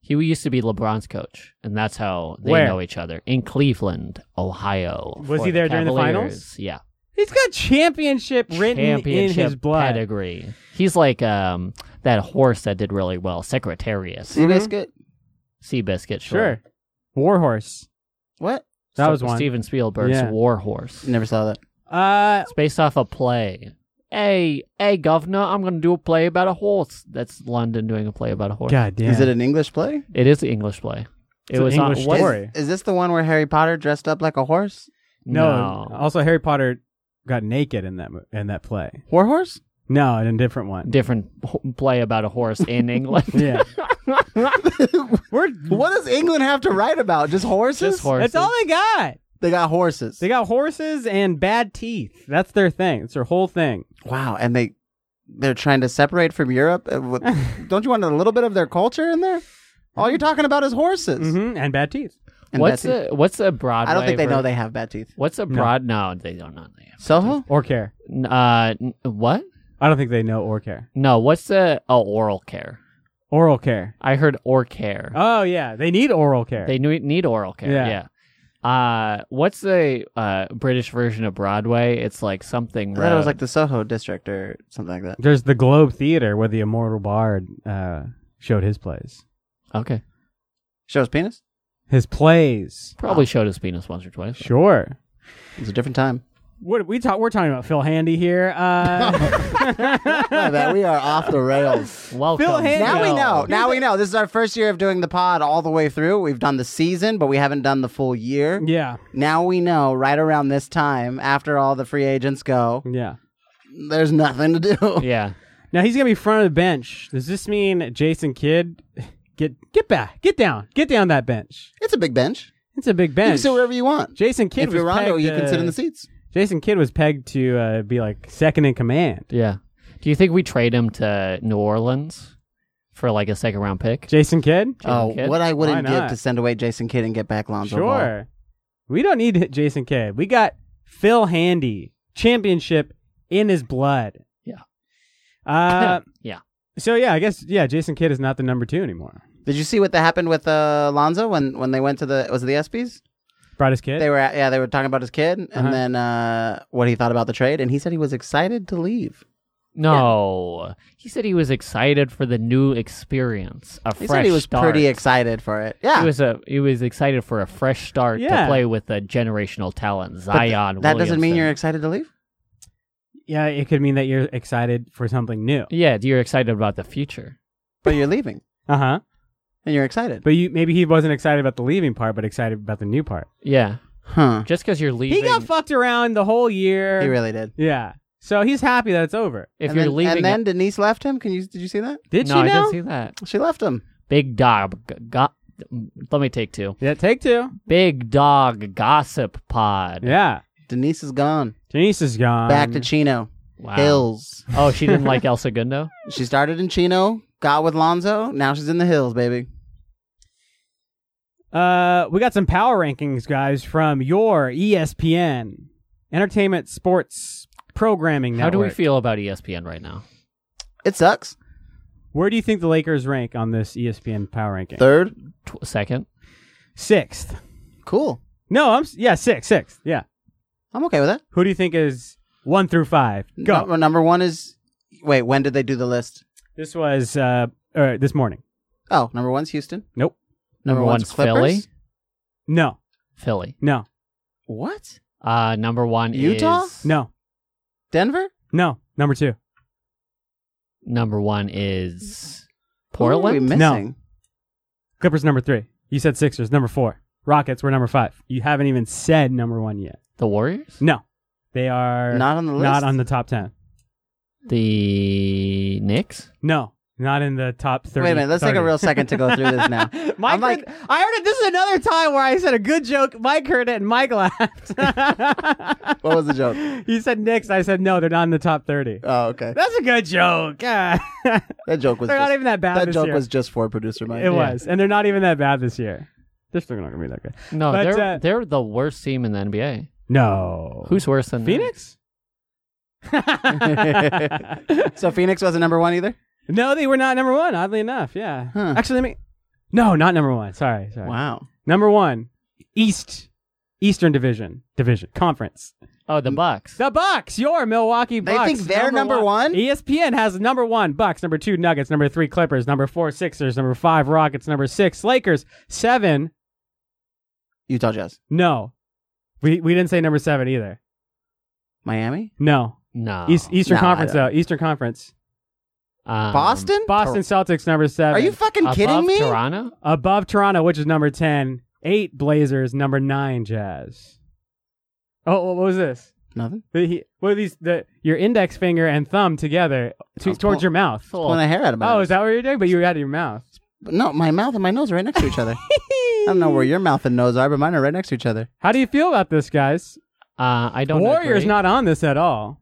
[SPEAKER 2] he used to be LeBron's coach, and that's how they
[SPEAKER 1] Where?
[SPEAKER 2] know each other in Cleveland, Ohio.
[SPEAKER 1] Was
[SPEAKER 2] for
[SPEAKER 1] he there during the
[SPEAKER 2] Cavaliers.
[SPEAKER 1] finals?
[SPEAKER 2] Yeah,
[SPEAKER 1] He's got championship written
[SPEAKER 2] championship
[SPEAKER 1] in his blood.
[SPEAKER 2] pedigree. He's like um that horse that did really well, Secretariat.
[SPEAKER 3] Sea biscuit.
[SPEAKER 2] Seabiscuit, sure.
[SPEAKER 1] Sure. Warhorse.
[SPEAKER 3] What?
[SPEAKER 1] That
[SPEAKER 2] Ste-
[SPEAKER 1] was one.
[SPEAKER 2] Steven Spielberg's
[SPEAKER 1] Yeah.
[SPEAKER 2] War Horse.
[SPEAKER 3] Never saw that.
[SPEAKER 1] Uh,
[SPEAKER 2] It's based off a play. Hey, hey, governor, I'm gonna do a play about a horse. That's London doing a play about a horse.
[SPEAKER 1] God damn.
[SPEAKER 3] Is it an English play?
[SPEAKER 2] It is the English play.
[SPEAKER 1] It's
[SPEAKER 2] It
[SPEAKER 1] an
[SPEAKER 2] was on-
[SPEAKER 1] English
[SPEAKER 2] what-
[SPEAKER 1] story.
[SPEAKER 3] Is, is this the one where Harry Potter dressed up like a horse?
[SPEAKER 1] no.
[SPEAKER 2] no.
[SPEAKER 1] Also, Harry Potter got naked in that mo- in that play.
[SPEAKER 3] Warhorse?
[SPEAKER 1] No, in a different one.
[SPEAKER 2] different ho- play about a horse in England.
[SPEAKER 1] yeah. We're
[SPEAKER 3] What does England have to write about? Just horses?
[SPEAKER 2] Mm-hmm. Just horses.
[SPEAKER 1] that's all they got.
[SPEAKER 3] They got horses.
[SPEAKER 1] They got horses and bad teeth. That's their thing. It's their whole thing.
[SPEAKER 3] wow, and they they're trying to separate from Europe. Uh, what- Don't you want a little bit of their culture in there? All you're talking about is horses.
[SPEAKER 1] hmm And bad teeth.
[SPEAKER 3] And
[SPEAKER 2] what's
[SPEAKER 3] that's it.
[SPEAKER 2] a what's a Broadway?
[SPEAKER 3] I don't think they know
[SPEAKER 2] ver-
[SPEAKER 3] they have bad teeth.
[SPEAKER 2] What's a broad? No, they don't know. They have.
[SPEAKER 3] Soho?
[SPEAKER 1] Or care.
[SPEAKER 2] N- Uh, n- what?
[SPEAKER 1] I don't think they know or care.
[SPEAKER 2] No, what's a oh, oral care?
[SPEAKER 1] Oral care.
[SPEAKER 2] I heard or care.
[SPEAKER 1] Oh yeah, they need oral care.
[SPEAKER 2] They knew- need oral care.
[SPEAKER 1] Yeah.
[SPEAKER 2] Yeah. Uh, what's the uh, British version of Broadway? It's like something.
[SPEAKER 3] I thought it was
[SPEAKER 2] road.
[SPEAKER 3] like the Soho district or something like that.
[SPEAKER 1] There's the Globe Theater where the Immortal Bard uh, showed his plays.
[SPEAKER 2] okay,
[SPEAKER 3] Shows penis?
[SPEAKER 1] His plays.
[SPEAKER 2] probably showed his penis once or twice.
[SPEAKER 1] Sure.
[SPEAKER 3] It's a different time.
[SPEAKER 1] What we talk? We're talking about Phil Handy here.
[SPEAKER 3] My
[SPEAKER 1] Uh,
[SPEAKER 3] bad, we are off the rails.
[SPEAKER 2] Welcome.
[SPEAKER 1] Phil Handy-
[SPEAKER 3] Now we
[SPEAKER 1] No.
[SPEAKER 3] know. Now we know. This is our first year of doing the pod all the way through. We've done the season, but we haven't done the full year.
[SPEAKER 1] yeah,
[SPEAKER 3] Now we know right around this time, after all the free agents go,
[SPEAKER 1] yeah.
[SPEAKER 3] there's nothing to do.
[SPEAKER 2] Yeah.
[SPEAKER 1] Now he's gonna be front of the bench. Does this mean Jason Kidd? Get get back, get down, get down that bench.
[SPEAKER 3] It's a big bench.
[SPEAKER 1] It's a big
[SPEAKER 3] You
[SPEAKER 1] bench.
[SPEAKER 3] can sit wherever you want.
[SPEAKER 1] Jason Kidd
[SPEAKER 3] if
[SPEAKER 1] was
[SPEAKER 3] you're Rondo,
[SPEAKER 1] pegged,
[SPEAKER 3] you can sit in
[SPEAKER 1] uh,
[SPEAKER 3] the seats.
[SPEAKER 1] Jason Kidd was pegged to uh, be like second in command.
[SPEAKER 2] Yeah. Do you think we trade him to New Orleans for like a second round pick?
[SPEAKER 1] Jason Kidd,
[SPEAKER 2] Jason
[SPEAKER 3] Oh,
[SPEAKER 2] Kidd?
[SPEAKER 3] what I wouldn't
[SPEAKER 1] Why not?
[SPEAKER 3] give to send away Jason Kidd and get back Lonzo Ball.
[SPEAKER 1] sure. We don't need Jason Kidd. We got Phil Handy, championship in his blood.
[SPEAKER 2] Yeah.
[SPEAKER 1] Uh,
[SPEAKER 2] Yeah.
[SPEAKER 1] So yeah, I guess yeah, Jason Kidd is not the number two anymore.
[SPEAKER 3] Did you see what that happened with uh, Lonzo when, when they went to the was it the ESPYS?
[SPEAKER 1] Brought his kid.
[SPEAKER 3] They were at, yeah they were talking about his kid and
[SPEAKER 1] Uh-huh.
[SPEAKER 3] then uh, what he thought about the trade and he said he was excited to leave.
[SPEAKER 2] No. He said he was excited for the new experience. A
[SPEAKER 3] He
[SPEAKER 2] fresh
[SPEAKER 3] said he was
[SPEAKER 2] start.
[SPEAKER 3] pretty excited for it. Yeah,
[SPEAKER 2] He was a he was excited for a fresh start
[SPEAKER 1] Yeah.
[SPEAKER 2] to play with a generational talent,
[SPEAKER 3] But th-
[SPEAKER 2] Zion.
[SPEAKER 3] That doesn't mean
[SPEAKER 2] Williamson.
[SPEAKER 3] you're excited to leave.
[SPEAKER 1] yeah, it could mean that you're excited for something new.
[SPEAKER 2] Yeah, you're excited about the future.
[SPEAKER 3] But you're leaving,
[SPEAKER 1] Uh huh.
[SPEAKER 3] and you're excited.
[SPEAKER 1] But you maybe he wasn't excited about the leaving part, but excited about the new part.
[SPEAKER 2] Yeah,
[SPEAKER 3] Huh?
[SPEAKER 2] just because you're leaving,
[SPEAKER 1] He got fucked around the whole year.
[SPEAKER 3] He really did.
[SPEAKER 1] yeah. So he's happy that it's over.
[SPEAKER 2] if
[SPEAKER 3] and
[SPEAKER 2] you're
[SPEAKER 3] then,
[SPEAKER 2] leaving,
[SPEAKER 3] and then Denise left him. Can you? Did you see that?
[SPEAKER 1] Did
[SPEAKER 2] no,
[SPEAKER 1] she
[SPEAKER 2] I
[SPEAKER 1] now?
[SPEAKER 2] didn't see that.
[SPEAKER 3] She left him.
[SPEAKER 2] Big dog, g- go- let me take two.
[SPEAKER 1] yeah. Take two.
[SPEAKER 2] Big dog gossip pod.
[SPEAKER 1] Yeah.
[SPEAKER 3] Denise is gone.
[SPEAKER 1] Denise is gone.
[SPEAKER 3] Back to Chino
[SPEAKER 2] Um, Wow.
[SPEAKER 3] Hills.
[SPEAKER 2] Oh, she didn't like El Segundo.
[SPEAKER 3] She started in Chino, got with Lonzo. Now she's in the hills, baby.
[SPEAKER 1] Uh, we got some power rankings, guys, from your E ESPN Entertainment Sports Programming
[SPEAKER 2] How
[SPEAKER 1] Network.
[SPEAKER 2] do we feel about E ESPN right now?
[SPEAKER 3] It sucks.
[SPEAKER 1] Where do you think the Lakers rank on this E ESPN power ranking?
[SPEAKER 3] Third,
[SPEAKER 2] Tw- second,
[SPEAKER 1] Sixth.
[SPEAKER 3] cool.
[SPEAKER 1] No, I'm s- yeah, sixth, sixth. Yeah.
[SPEAKER 3] I'm okay with that.
[SPEAKER 1] Who do you think is one through five? Go.
[SPEAKER 3] Number, number one is. Wait, when did they do the list?
[SPEAKER 1] This was uh, uh this morning.
[SPEAKER 3] Oh, number one's Houston.
[SPEAKER 1] Nope.
[SPEAKER 2] number,
[SPEAKER 3] Number
[SPEAKER 2] one's
[SPEAKER 3] one's
[SPEAKER 2] Philly.
[SPEAKER 3] Clippers?
[SPEAKER 1] No.
[SPEAKER 2] Philly.
[SPEAKER 1] No.
[SPEAKER 3] What?
[SPEAKER 2] Uh, number one
[SPEAKER 3] Utah?
[SPEAKER 2] is
[SPEAKER 1] No.
[SPEAKER 3] Denver?
[SPEAKER 1] No. Number two.
[SPEAKER 2] Number one is
[SPEAKER 3] Who are we
[SPEAKER 2] Portland.
[SPEAKER 3] missing?
[SPEAKER 1] No. Clippers number three. You said Sixers number four. Rockets were number five. You haven't even said number one yet.
[SPEAKER 2] The Warriors.
[SPEAKER 1] No. They are
[SPEAKER 3] Not on the list.
[SPEAKER 1] not on the top ten.
[SPEAKER 2] The Knicks.
[SPEAKER 1] No. Not in the top thirty.
[SPEAKER 3] Wait a minute. Let's take a
[SPEAKER 1] 30.
[SPEAKER 3] real second to go through this now.
[SPEAKER 1] Mike,
[SPEAKER 3] I'm like-
[SPEAKER 1] heard- I heard it. This is another time where I said a good joke. Mike heard it, and Mike laughed.
[SPEAKER 3] What was the joke?
[SPEAKER 1] he said Knicks. I said no. They're not in the top thirty.
[SPEAKER 3] Oh, okay.
[SPEAKER 1] That's a good joke. Yeah.
[SPEAKER 3] That joke was
[SPEAKER 1] they're
[SPEAKER 3] just,
[SPEAKER 1] not even that bad.
[SPEAKER 3] that
[SPEAKER 1] this
[SPEAKER 3] joke
[SPEAKER 1] year.
[SPEAKER 3] was just for producer Mike.
[SPEAKER 1] It was, and they're not even that bad this year. They're still not gonna be that good.
[SPEAKER 2] No,
[SPEAKER 1] But,
[SPEAKER 2] they're
[SPEAKER 1] uh,
[SPEAKER 2] they're the worst team in the NBA.
[SPEAKER 1] No.
[SPEAKER 2] Who's worse than them?
[SPEAKER 1] Phoenix? no,
[SPEAKER 3] So Phoenix wasn't number one either.
[SPEAKER 1] they were not number one. Oddly enough, yeah.
[SPEAKER 3] Huh.
[SPEAKER 1] Actually, let me. No, not number one. Sorry, sorry.
[SPEAKER 3] Wow.
[SPEAKER 1] Number one, East, Eastern Division, Division Conference.
[SPEAKER 2] Oh, the Bucks.
[SPEAKER 1] The Bucks, your Milwaukee
[SPEAKER 3] They
[SPEAKER 1] Bucks. E
[SPEAKER 3] think they're number one?
[SPEAKER 1] ESPN has number one Bucks, number two Nuggets, number three Clippers, number four Sixers, number five Rockets, number six Lakers, seven.
[SPEAKER 3] Utah Jazz,
[SPEAKER 1] No, we we didn't say number seven either.
[SPEAKER 3] Miami,
[SPEAKER 1] No,
[SPEAKER 2] No.
[SPEAKER 1] East, Eastern
[SPEAKER 3] Nah, Oh, I
[SPEAKER 1] Conference though.
[SPEAKER 3] don't-
[SPEAKER 1] Eastern Conference.
[SPEAKER 2] Um,
[SPEAKER 3] Boston.
[SPEAKER 1] Boston Celtics number seven.
[SPEAKER 3] Are you fucking
[SPEAKER 2] above
[SPEAKER 3] kidding me?
[SPEAKER 2] Toronto?
[SPEAKER 1] above Toronto, which is number ten? Eight Blazers, number nine Jazz. Oh, what was this?
[SPEAKER 3] Nothing.
[SPEAKER 1] The, he, what are these? The your index finger and thumb together to,
[SPEAKER 3] I'm
[SPEAKER 1] towards
[SPEAKER 3] pull-
[SPEAKER 1] your mouth.
[SPEAKER 2] Cool.
[SPEAKER 3] Pulling a hair out of my.
[SPEAKER 1] Oh,
[SPEAKER 3] nose.
[SPEAKER 1] is that what you're doing? But you were out of your mouth.
[SPEAKER 3] But No, my mouth and my nose are right next to each other. I don't know where your mouth and nose are, but mine are right next to each other.
[SPEAKER 1] How do you feel about this, guys?
[SPEAKER 2] Uh, I don't.
[SPEAKER 1] Warriors
[SPEAKER 2] agree.
[SPEAKER 1] not on this at all.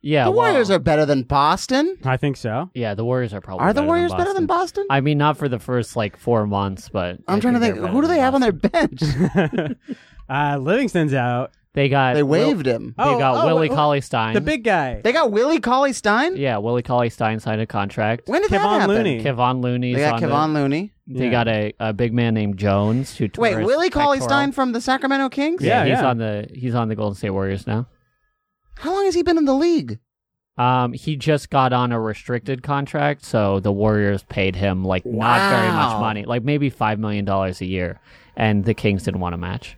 [SPEAKER 2] Yeah,
[SPEAKER 3] the Warriors
[SPEAKER 2] well,
[SPEAKER 3] are better than Boston.
[SPEAKER 1] I think so.
[SPEAKER 2] Yeah, the Warriors are probably.
[SPEAKER 3] Are the
[SPEAKER 2] better
[SPEAKER 3] Warriors better than Boston?
[SPEAKER 2] I mean, not for the first like four months, but
[SPEAKER 3] I'm
[SPEAKER 2] I
[SPEAKER 3] trying to think.
[SPEAKER 2] they're better
[SPEAKER 3] Who do
[SPEAKER 2] than
[SPEAKER 3] they have on their
[SPEAKER 2] Boston.
[SPEAKER 3] bench?
[SPEAKER 1] uh, Livingston's out.
[SPEAKER 2] They got
[SPEAKER 3] they
[SPEAKER 2] Will-
[SPEAKER 3] waived him.
[SPEAKER 2] They
[SPEAKER 1] Oh,
[SPEAKER 2] got
[SPEAKER 1] oh,
[SPEAKER 2] Willie
[SPEAKER 1] wait,
[SPEAKER 2] Cauley Stein.
[SPEAKER 1] The big guy.
[SPEAKER 3] They got Willie Cauley Stein.
[SPEAKER 2] yeah, Willie Cauley Stein signed a contract.
[SPEAKER 3] When did that
[SPEAKER 1] Kevon
[SPEAKER 3] happen?
[SPEAKER 1] Looney.
[SPEAKER 2] Kevon Looney's
[SPEAKER 3] They got
[SPEAKER 2] on the-
[SPEAKER 3] Kevon Looney.
[SPEAKER 2] They
[SPEAKER 1] Yeah.
[SPEAKER 2] got a, a big man named Jones who. tore
[SPEAKER 3] Wait,
[SPEAKER 2] his
[SPEAKER 3] Willie Cauley Stein
[SPEAKER 2] pectoral.
[SPEAKER 3] from the Sacramento Kings?
[SPEAKER 1] Yeah,
[SPEAKER 2] Yeah, he's
[SPEAKER 1] yeah.
[SPEAKER 2] on the he's on the Golden State Warriors now.
[SPEAKER 3] How long has he been in the league?
[SPEAKER 2] Um, he just got on a restricted contract, so the Warriors paid him like not very much
[SPEAKER 3] Wow.
[SPEAKER 2] money, like maybe five million dollars a year, and the Kings didn't want to match.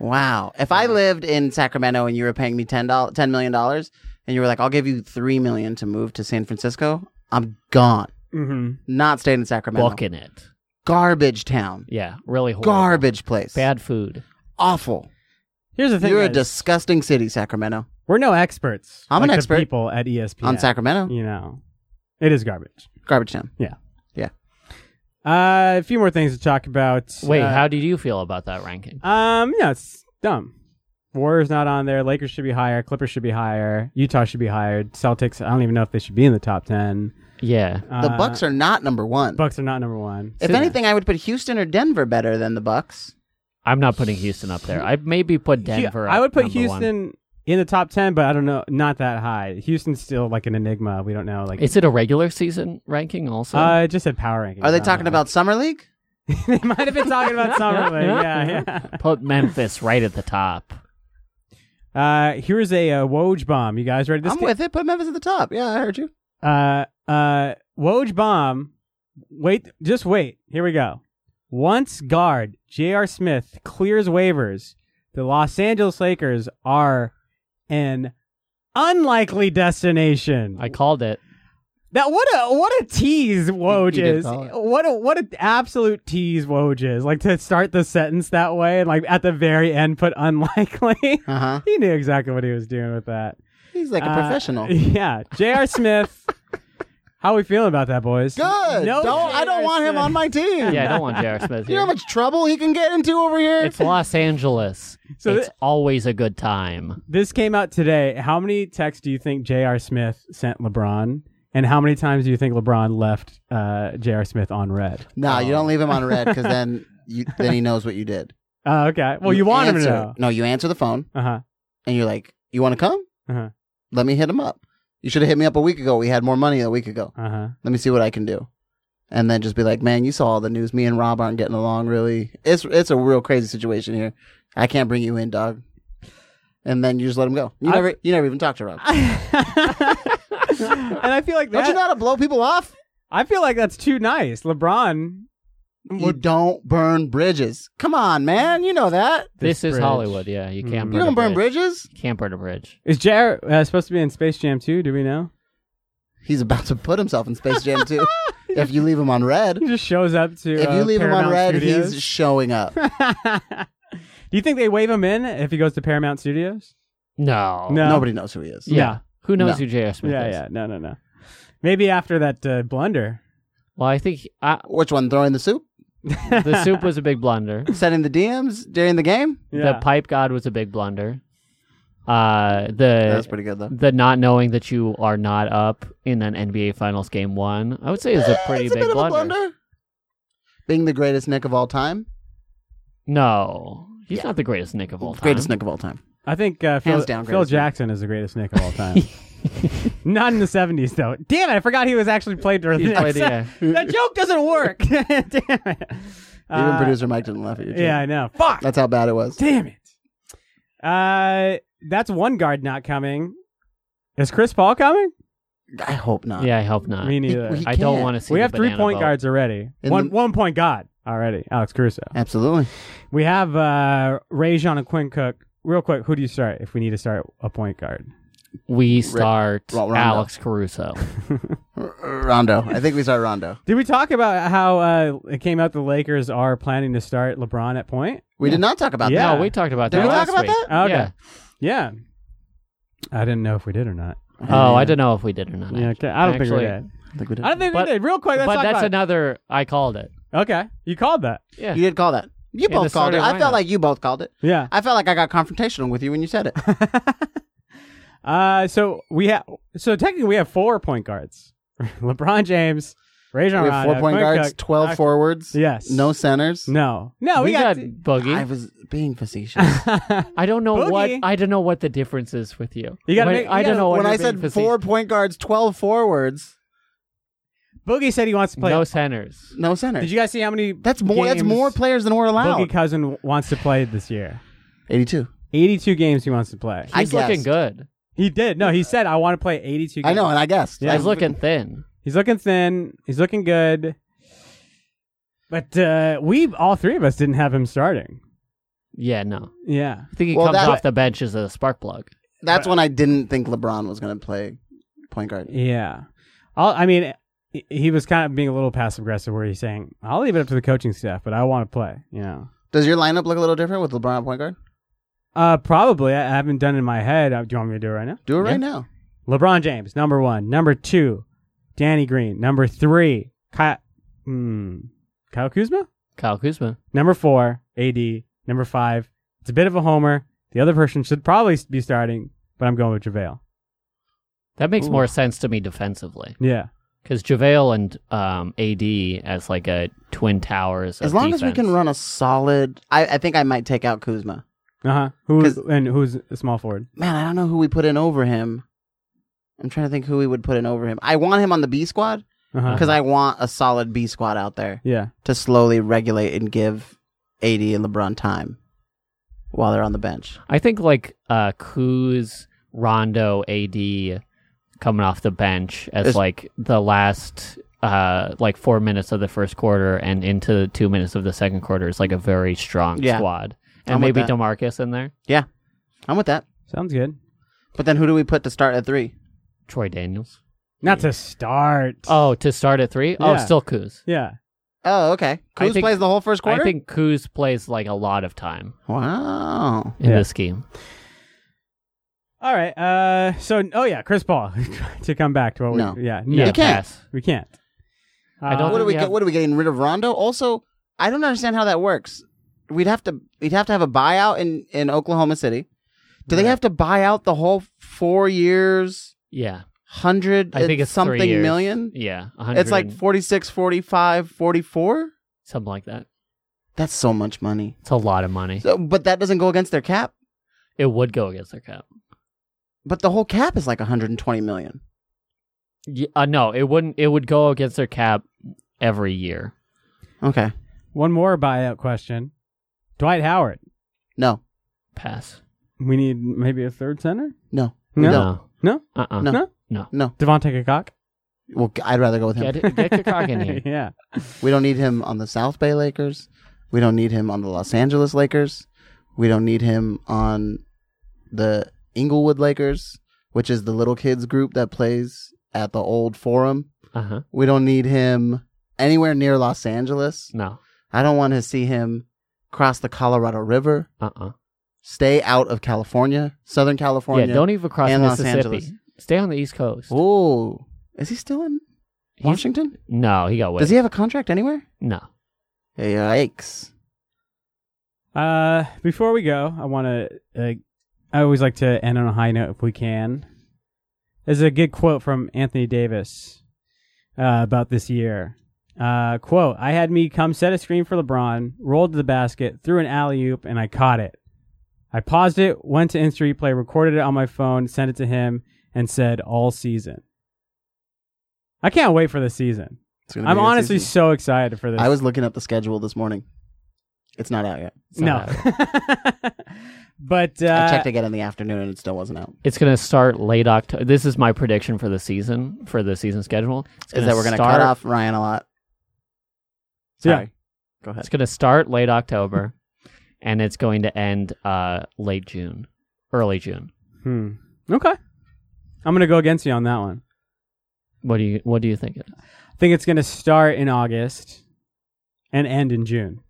[SPEAKER 3] Wow. If I lived in Sacramento and you were paying me ten dollars, ten million dollars, and you were like, "I'll give you three million to move to San Francisco," I'm gone.
[SPEAKER 1] Mm-hmm.
[SPEAKER 3] Not staying in Sacramento.
[SPEAKER 2] Booking it,
[SPEAKER 3] Garbage town.
[SPEAKER 2] yeah, really horrible.
[SPEAKER 3] Garbage place.
[SPEAKER 2] bad food.
[SPEAKER 3] Awful.
[SPEAKER 1] Here's the thing.
[SPEAKER 3] You're a
[SPEAKER 1] guys.
[SPEAKER 3] disgusting city, Sacramento.
[SPEAKER 1] We're no experts.
[SPEAKER 3] I'm an
[SPEAKER 1] like the
[SPEAKER 3] expert.
[SPEAKER 1] people at E ESPN
[SPEAKER 3] On Sacramento,
[SPEAKER 1] You know, it is garbage.
[SPEAKER 3] garbage town.
[SPEAKER 1] Uh, a few more things to talk about.
[SPEAKER 2] Wait,
[SPEAKER 1] Uh,
[SPEAKER 2] how did you feel about that ranking?
[SPEAKER 1] Um, yeah, it's dumb. Warriors not on there. Lakers should be higher. Clippers should be higher. Utah should be higher. Celtics. I don't even know if they should be in the top ten.
[SPEAKER 2] Yeah,
[SPEAKER 1] Uh,
[SPEAKER 3] The Bucks are not number one.
[SPEAKER 1] Bucks are not number one.
[SPEAKER 3] if anything, I would put Houston or Denver better than the Bucks.
[SPEAKER 2] I'm not putting Houston up there. I maybe put Denver.
[SPEAKER 1] I
[SPEAKER 2] up
[SPEAKER 1] would put
[SPEAKER 2] number one.
[SPEAKER 1] Houston in the top ten, but I don't know, not that high. Houston's still like an enigma. We don't know. Like,
[SPEAKER 2] Is it a regular season ranking also?
[SPEAKER 1] uh, it just said power rankings.
[SPEAKER 3] Are they
[SPEAKER 1] not
[SPEAKER 3] talking
[SPEAKER 1] power-
[SPEAKER 3] about summer league?
[SPEAKER 1] they might have been talking about summer league. Yeah, yeah.
[SPEAKER 2] put Memphis right at the top.
[SPEAKER 1] Uh, here's a uh, Woj bomb. You guys ready? This
[SPEAKER 3] I'm
[SPEAKER 1] ca-
[SPEAKER 3] with it. Put Memphis at the top. Yeah, I heard you.
[SPEAKER 1] uh, uh, Woj bomb. Wait, just wait. Here we go. Once guard J.R. Smith clears waivers, the Los Angeles Lakers are an unlikely destination.
[SPEAKER 2] I called it.
[SPEAKER 1] that what a what a tease Woj
[SPEAKER 3] You did
[SPEAKER 1] is.
[SPEAKER 3] call it.
[SPEAKER 1] What a what an absolute tease Woj is. Like to start the sentence that way and like at the very end put unlikely.
[SPEAKER 3] Uh huh.
[SPEAKER 1] he knew exactly what he was doing with that.
[SPEAKER 3] He's like a
[SPEAKER 1] Uh-huh. Uh,
[SPEAKER 3] professional.
[SPEAKER 1] Yeah, J.R. Smith. How we feeling about that, boys?
[SPEAKER 3] Good.
[SPEAKER 1] No
[SPEAKER 3] Don't- I don't want him
[SPEAKER 1] comparison.
[SPEAKER 3] on my team.
[SPEAKER 2] Yeah, I don't want J.R. Smith
[SPEAKER 3] You know
[SPEAKER 2] here.
[SPEAKER 3] how much trouble he can get into over here?
[SPEAKER 2] It's Los Angeles.
[SPEAKER 1] So
[SPEAKER 2] it's
[SPEAKER 1] thi-
[SPEAKER 2] always a good time.
[SPEAKER 1] This came out today. How many texts do you think J.R. Smith sent LeBron? And how many times do you think LeBron left uh, J.R. Smith on red?
[SPEAKER 3] no, you don't leave him on red because then you then he knows what you did.
[SPEAKER 1] Oh, okay. Well, you, want him
[SPEAKER 3] answer-
[SPEAKER 1] to know.
[SPEAKER 3] No, you answer the phone
[SPEAKER 1] Uh huh.
[SPEAKER 3] and you're like, "You want to come?
[SPEAKER 1] Uh-huh.
[SPEAKER 3] Let me hit him up. You should have hit me up a week ago. We had more money a week ago.
[SPEAKER 1] Uh huh.
[SPEAKER 3] Let me see what I can do." And then just be like, "Man, you saw all the news. Me and Rob aren't getting along. Really, it's it's a real crazy situation here. I can't bring you in, dog." And then you just let him go. You
[SPEAKER 1] I-
[SPEAKER 3] never you never even talk to Rob.
[SPEAKER 1] and I feel like
[SPEAKER 3] Don't
[SPEAKER 1] that.
[SPEAKER 3] you know how to blow people off?
[SPEAKER 1] I feel like that's too nice. LeBron.
[SPEAKER 3] You don't burn bridges. Come on, man. You know that.
[SPEAKER 2] This, is
[SPEAKER 1] bridge.
[SPEAKER 2] Hollywood. Yeah, you
[SPEAKER 1] Mm.
[SPEAKER 2] can't.
[SPEAKER 3] You don't
[SPEAKER 2] a
[SPEAKER 3] burn
[SPEAKER 2] bridge.
[SPEAKER 3] bridges.
[SPEAKER 2] Can't burn a bridge.
[SPEAKER 1] Is J.R. Uh, supposed to be in Space Jam 2? Do we know?
[SPEAKER 3] He's about to put himself in Space Jam 2 if you leave him on red.
[SPEAKER 1] He just shows up to.
[SPEAKER 3] If you
[SPEAKER 1] uh,
[SPEAKER 3] leave him on
[SPEAKER 1] Paramount
[SPEAKER 3] red,
[SPEAKER 1] Studios.
[SPEAKER 3] he's showing up.
[SPEAKER 1] Do you think they wave him in if he goes to Paramount Studios?
[SPEAKER 2] No.
[SPEAKER 1] No.
[SPEAKER 3] Nobody knows who he is.
[SPEAKER 2] Yeah.
[SPEAKER 1] Yeah.
[SPEAKER 2] Who knows
[SPEAKER 3] No.
[SPEAKER 2] who J.R. Smith
[SPEAKER 1] yeah,
[SPEAKER 2] is?
[SPEAKER 1] yeah, no, no, no. Maybe after that uh, blunder
[SPEAKER 2] Well, I think uh,
[SPEAKER 3] Which one? Throwing the soup?
[SPEAKER 2] the soup was a big blunder.
[SPEAKER 3] Sending the DMs during the game?
[SPEAKER 2] The
[SPEAKER 1] Yeah.
[SPEAKER 2] pipe god was a big blunder. Uh,
[SPEAKER 3] That
[SPEAKER 2] the
[SPEAKER 3] was pretty good, though.
[SPEAKER 2] the not knowing that you are not up in an NBA Finals game one, I would say is a
[SPEAKER 3] Eh,
[SPEAKER 2] pretty
[SPEAKER 3] it's
[SPEAKER 2] big
[SPEAKER 3] bit of a
[SPEAKER 2] blunder.
[SPEAKER 3] Being the greatest Nick of all time.
[SPEAKER 2] No, he's not the greatest Nick of all time.
[SPEAKER 3] Greatest Nick of all time.
[SPEAKER 1] I think uh, Phil,
[SPEAKER 3] Hands down,
[SPEAKER 1] Phil
[SPEAKER 3] greatest Nick.
[SPEAKER 1] Jackson is the greatest Nick of all time. Not in the '70s though. Damn it! I forgot he was actually played during
[SPEAKER 2] He
[SPEAKER 1] the
[SPEAKER 2] played, yeah.
[SPEAKER 1] That joke doesn't work. Mm. Damn it.
[SPEAKER 3] Even
[SPEAKER 1] Uh,
[SPEAKER 3] producer Mike didn't laugh at you.
[SPEAKER 1] yeah, I know. Fuck.
[SPEAKER 3] That's how bad it was.
[SPEAKER 1] Damn it. Uh, that's one guard not coming. Is Chris Paul coming?
[SPEAKER 3] I hope not.
[SPEAKER 2] Yeah, I hope not.
[SPEAKER 1] Me
[SPEAKER 3] Uh, He-
[SPEAKER 1] neither.
[SPEAKER 3] he
[SPEAKER 2] I don't
[SPEAKER 3] can't.
[SPEAKER 2] want to see.
[SPEAKER 1] we
[SPEAKER 2] the
[SPEAKER 1] have three
[SPEAKER 2] banana
[SPEAKER 1] point
[SPEAKER 2] boat.
[SPEAKER 1] guards already.
[SPEAKER 3] In
[SPEAKER 1] one
[SPEAKER 3] the-
[SPEAKER 1] one point god already. Alex Caruso.
[SPEAKER 3] Absolutely.
[SPEAKER 1] We have uh, Rajon and Quinn Cook. Real quick, who do you start if we need to start a point guard?
[SPEAKER 2] We start
[SPEAKER 3] Rondo.
[SPEAKER 2] Alex Caruso.
[SPEAKER 3] R- R- Rondo. I think we start Rondo.
[SPEAKER 1] Did we talk about how uh, it came out the Lakers are planning to start LeBron at point?
[SPEAKER 3] We did not talk about
[SPEAKER 1] Yeah.
[SPEAKER 2] No, Oh, we talked about
[SPEAKER 3] Did
[SPEAKER 2] that.
[SPEAKER 3] we talk
[SPEAKER 2] last
[SPEAKER 3] about
[SPEAKER 2] week.
[SPEAKER 1] that? Okay. Yeah.
[SPEAKER 2] Yeah.
[SPEAKER 1] I didn't know if we did or not.
[SPEAKER 3] that.
[SPEAKER 2] Oh, I don't know if we did or not.
[SPEAKER 1] Yeah, okay. I don't think we
[SPEAKER 2] Actually-
[SPEAKER 1] did.
[SPEAKER 3] I think we did.
[SPEAKER 1] I don't think
[SPEAKER 2] But-
[SPEAKER 1] we did. Real quick, let's
[SPEAKER 2] but
[SPEAKER 1] talk
[SPEAKER 2] that's
[SPEAKER 1] about
[SPEAKER 2] another. I called it.
[SPEAKER 1] Okay. You called that.
[SPEAKER 2] Yeah.
[SPEAKER 3] You did call that. You
[SPEAKER 2] In
[SPEAKER 3] both
[SPEAKER 2] the
[SPEAKER 3] called it.
[SPEAKER 2] starting
[SPEAKER 3] I felt
[SPEAKER 2] lineup.
[SPEAKER 3] like you both called it.
[SPEAKER 1] Yeah.
[SPEAKER 3] I felt like I got confrontational with you when you said it.
[SPEAKER 1] Uh, so we have so technically we have four point guards: LeBron James, Rajon
[SPEAKER 3] we have four
[SPEAKER 1] Rondo,
[SPEAKER 3] point
[SPEAKER 1] Quinn
[SPEAKER 3] guards,
[SPEAKER 1] Cook,
[SPEAKER 3] twelve
[SPEAKER 1] Doc-
[SPEAKER 3] forwards.
[SPEAKER 1] Yes.
[SPEAKER 3] No centers.
[SPEAKER 1] No. No. We,
[SPEAKER 2] we
[SPEAKER 1] got.
[SPEAKER 2] got Boogie.
[SPEAKER 3] I was being facetious.
[SPEAKER 2] I don't know
[SPEAKER 1] Boogie.
[SPEAKER 2] what I don't know what the difference is with you.
[SPEAKER 1] You gotta
[SPEAKER 2] When-
[SPEAKER 1] make- you
[SPEAKER 2] I
[SPEAKER 1] gotta-
[SPEAKER 2] don't know what
[SPEAKER 3] when
[SPEAKER 2] Oh, you're
[SPEAKER 3] I
[SPEAKER 2] being
[SPEAKER 3] said
[SPEAKER 2] facetious-
[SPEAKER 3] four point guards, twelve forwards,
[SPEAKER 1] Boogie said he wants to play.
[SPEAKER 2] no centers.
[SPEAKER 3] no centers.
[SPEAKER 1] Did you guys see how many?
[SPEAKER 3] that's more. That's
[SPEAKER 1] games
[SPEAKER 3] more players than we're
[SPEAKER 1] Boogie
[SPEAKER 3] allowed.
[SPEAKER 1] Cousin w- wants to play this year.
[SPEAKER 3] Eighty-two.
[SPEAKER 1] Eighty-two games he wants to play.
[SPEAKER 3] I
[SPEAKER 2] He's looking
[SPEAKER 3] guessed.
[SPEAKER 2] good.
[SPEAKER 1] He did. No, he said I want to play eighty-two. games.
[SPEAKER 3] I know, and I guessed.
[SPEAKER 1] Yeah.
[SPEAKER 2] He's looking thin.
[SPEAKER 1] He's looking thin. He's looking good. But uh, we all three of us didn't have him starting.
[SPEAKER 2] Yeah, no.
[SPEAKER 1] Yeah.
[SPEAKER 2] I think he
[SPEAKER 3] Well,
[SPEAKER 2] comes
[SPEAKER 3] that-
[SPEAKER 2] off the bench as a spark plug.
[SPEAKER 3] That's when I didn't think LeBron was going to play point guard.
[SPEAKER 1] Yeah. I'll, I mean, he- he was kind of being a little passive aggressive where he's saying, I'll leave it up to the coaching staff, but I want to play, you know.
[SPEAKER 3] Does your lineup look a little different with LeBron at point guard? Uh,
[SPEAKER 1] Uh, probably. I I haven't done it in my head. Uh, Do you want me to do it right now?
[SPEAKER 3] Do it
[SPEAKER 2] Yeah.
[SPEAKER 3] right now.
[SPEAKER 1] LeBron James, number one. Number two, Danny Green. Number three, Kyle, hmm, Kyle Kuzma?
[SPEAKER 2] Kyle Kuzma.
[SPEAKER 1] Number four, AD. Number five, it's a bit of a homer. The other person should probably be starting, but I'm going with JaVale.
[SPEAKER 2] That makes
[SPEAKER 1] Ooh.
[SPEAKER 2] more sense to me defensively
[SPEAKER 1] Yeah.
[SPEAKER 2] because JaVale and um, AD as like a twin towers. of
[SPEAKER 3] As long as we
[SPEAKER 2] defense.
[SPEAKER 3] can run a solid, I, I think I might take out Kuzma.
[SPEAKER 1] Uh huh. Who's
[SPEAKER 3] 'Cause-
[SPEAKER 1] and who's a small forward?
[SPEAKER 3] Man, I don't know who we put in over him. I'm trying to think who we would put in over him. I want him on the B squad
[SPEAKER 1] Uh huh.
[SPEAKER 3] because I want a solid B squad out there
[SPEAKER 1] Yeah.
[SPEAKER 3] to slowly regulate and give AD and LeBron time while they're on the bench.
[SPEAKER 2] I think like uh Kuz, Rondo, AD coming off the bench as
[SPEAKER 3] It's-
[SPEAKER 2] like the last uh like 4 minutes of the first quarter and into the 2 minutes of the second quarter is like a very strong
[SPEAKER 3] Yeah.
[SPEAKER 2] squad.
[SPEAKER 3] I'm
[SPEAKER 2] And
[SPEAKER 3] with
[SPEAKER 2] maybe
[SPEAKER 3] that.
[SPEAKER 2] DeMarcus in there.
[SPEAKER 3] I'm with that.
[SPEAKER 1] Sounds good.
[SPEAKER 3] But then who do we put to start at three?
[SPEAKER 2] Troy Daniels.
[SPEAKER 1] Not to start.
[SPEAKER 2] Oh, to start at 3? Oh,
[SPEAKER 1] Yeah.
[SPEAKER 2] still Kuz.
[SPEAKER 1] Yeah.
[SPEAKER 3] Oh, okay.
[SPEAKER 2] I
[SPEAKER 3] Kuz
[SPEAKER 2] think-
[SPEAKER 3] plays the whole first quarter.
[SPEAKER 2] I think Kuz plays like a lot of time
[SPEAKER 3] Wow.
[SPEAKER 2] in
[SPEAKER 1] Yeah.
[SPEAKER 2] this game.
[SPEAKER 1] All right. Uh. So, oh yeah, Chris Paul to come back to what
[SPEAKER 3] No.
[SPEAKER 1] we. Yeah.
[SPEAKER 2] Yeah,
[SPEAKER 1] No,
[SPEAKER 3] You can't.
[SPEAKER 2] pass.
[SPEAKER 1] we can't.
[SPEAKER 2] I don't
[SPEAKER 1] Uh,
[SPEAKER 3] What
[SPEAKER 2] think
[SPEAKER 3] are we?
[SPEAKER 2] we
[SPEAKER 3] get-
[SPEAKER 2] have-
[SPEAKER 3] What are we getting rid of Rondo? Also, I don't understand how that works. We'd have to. We'd have to have a buyout in in Oklahoma City. Do they
[SPEAKER 1] Yeah.
[SPEAKER 3] have to buy out the whole four years,
[SPEAKER 2] Yeah.
[SPEAKER 3] hundred?
[SPEAKER 2] I think it's three
[SPEAKER 3] something
[SPEAKER 2] years.
[SPEAKER 3] million.
[SPEAKER 2] Yeah, 100
[SPEAKER 3] It's like 46, 45, 44.
[SPEAKER 2] something like that.
[SPEAKER 3] That's so much money.
[SPEAKER 2] It's a lot of money.
[SPEAKER 3] So, but that doesn't go against their cap.
[SPEAKER 2] It would go against their cap.
[SPEAKER 3] But the whole cap is like 120 million.
[SPEAKER 2] Yeah, uh, no, it wouldn't. It would go against their cap every year.
[SPEAKER 3] Okay.
[SPEAKER 1] One more buyout question. Dwight Howard.
[SPEAKER 3] No.
[SPEAKER 2] Pass.
[SPEAKER 1] We need maybe a third center.
[SPEAKER 3] No.
[SPEAKER 1] No. No?
[SPEAKER 2] Uh. uh
[SPEAKER 3] No.
[SPEAKER 1] No?
[SPEAKER 2] No.
[SPEAKER 3] No.
[SPEAKER 1] Devontae Cock.
[SPEAKER 3] Well, I'd rather go with him.
[SPEAKER 2] Get it- get your cock in here.
[SPEAKER 1] yeah.
[SPEAKER 3] We don't need him on the South Bay Lakers. We don't need him on the Los Angeles Lakers. We don't need him on the Inglewood Lakers, which is the little kids group that plays at the old Forum.
[SPEAKER 2] Uh huh.
[SPEAKER 3] We don't need him anywhere near Los Angeles.
[SPEAKER 2] No.
[SPEAKER 3] I don't want to see him cross the Colorado River.
[SPEAKER 2] Uh. uh
[SPEAKER 3] Stay out of California, Southern
[SPEAKER 2] Yeah.
[SPEAKER 3] California.
[SPEAKER 2] Don't even cross
[SPEAKER 3] and Los
[SPEAKER 2] Mississippi.
[SPEAKER 3] Angeles.
[SPEAKER 2] Stay on the East Coast.
[SPEAKER 3] Ooh, is he still in? Washington?
[SPEAKER 2] No, he got waived.
[SPEAKER 3] Does he have a contract anywhere?
[SPEAKER 2] No.
[SPEAKER 3] Yikes.
[SPEAKER 1] Uh, before we go, I want to. Uh, I always like to end on a high note if we can. There's a good quote from Anthony Davis uh, about this year. Uh, quote: I had me come set a screen for LeBron, rolled to the basket, threw an alley oop, and I caught it. I paused it, went to Insta Replay, recorded it on my phone, sent it to him, and said, "All season." I can't wait for this season.
[SPEAKER 3] It's gonna be
[SPEAKER 1] I'm
[SPEAKER 3] a good
[SPEAKER 1] honestly
[SPEAKER 3] season.
[SPEAKER 1] so excited for this.
[SPEAKER 3] I was looking up the schedule this morning. It's not out yet.
[SPEAKER 2] It's
[SPEAKER 1] no,
[SPEAKER 2] not out.
[SPEAKER 1] but uh,
[SPEAKER 3] I checked again in the afternoon and it still wasn't out.
[SPEAKER 2] It's going to start late October. This is my prediction for the season, for the season schedule. It's
[SPEAKER 3] Is
[SPEAKER 2] gonna
[SPEAKER 3] that we're going to cut
[SPEAKER 2] start-
[SPEAKER 3] off Ryan a lot?
[SPEAKER 1] Yeah.
[SPEAKER 3] Sorry. Go ahead.
[SPEAKER 2] It's going to start late October and it's going to end uh, late June, early June.
[SPEAKER 1] Hmm. Okay. I'm gonna go against you on that one.
[SPEAKER 2] What do you what do you think? It is?
[SPEAKER 1] I think it's gonna start in August and end in June.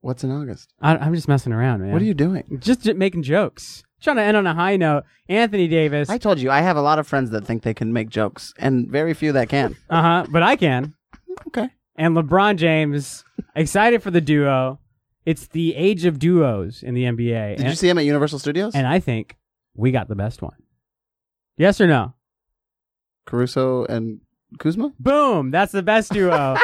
[SPEAKER 3] What's in August?
[SPEAKER 1] I, I'm just messing around, man.
[SPEAKER 3] What are you doing?
[SPEAKER 1] just, j making jokes? Trying to end on a high note. Anthony Davis.
[SPEAKER 3] I told you I have a lot of friends that think they can make jokes, and very few that can.
[SPEAKER 1] uh huh. But I can.
[SPEAKER 3] okay.
[SPEAKER 1] And LeBron James excited for the duo. It's the age of duos in the NBA.
[SPEAKER 3] Did
[SPEAKER 1] and,
[SPEAKER 3] you see him at Universal Studios?
[SPEAKER 1] and I think we got the best one. Yes or no?
[SPEAKER 3] Caruso and Kuzma.
[SPEAKER 1] Boom! That's the best duo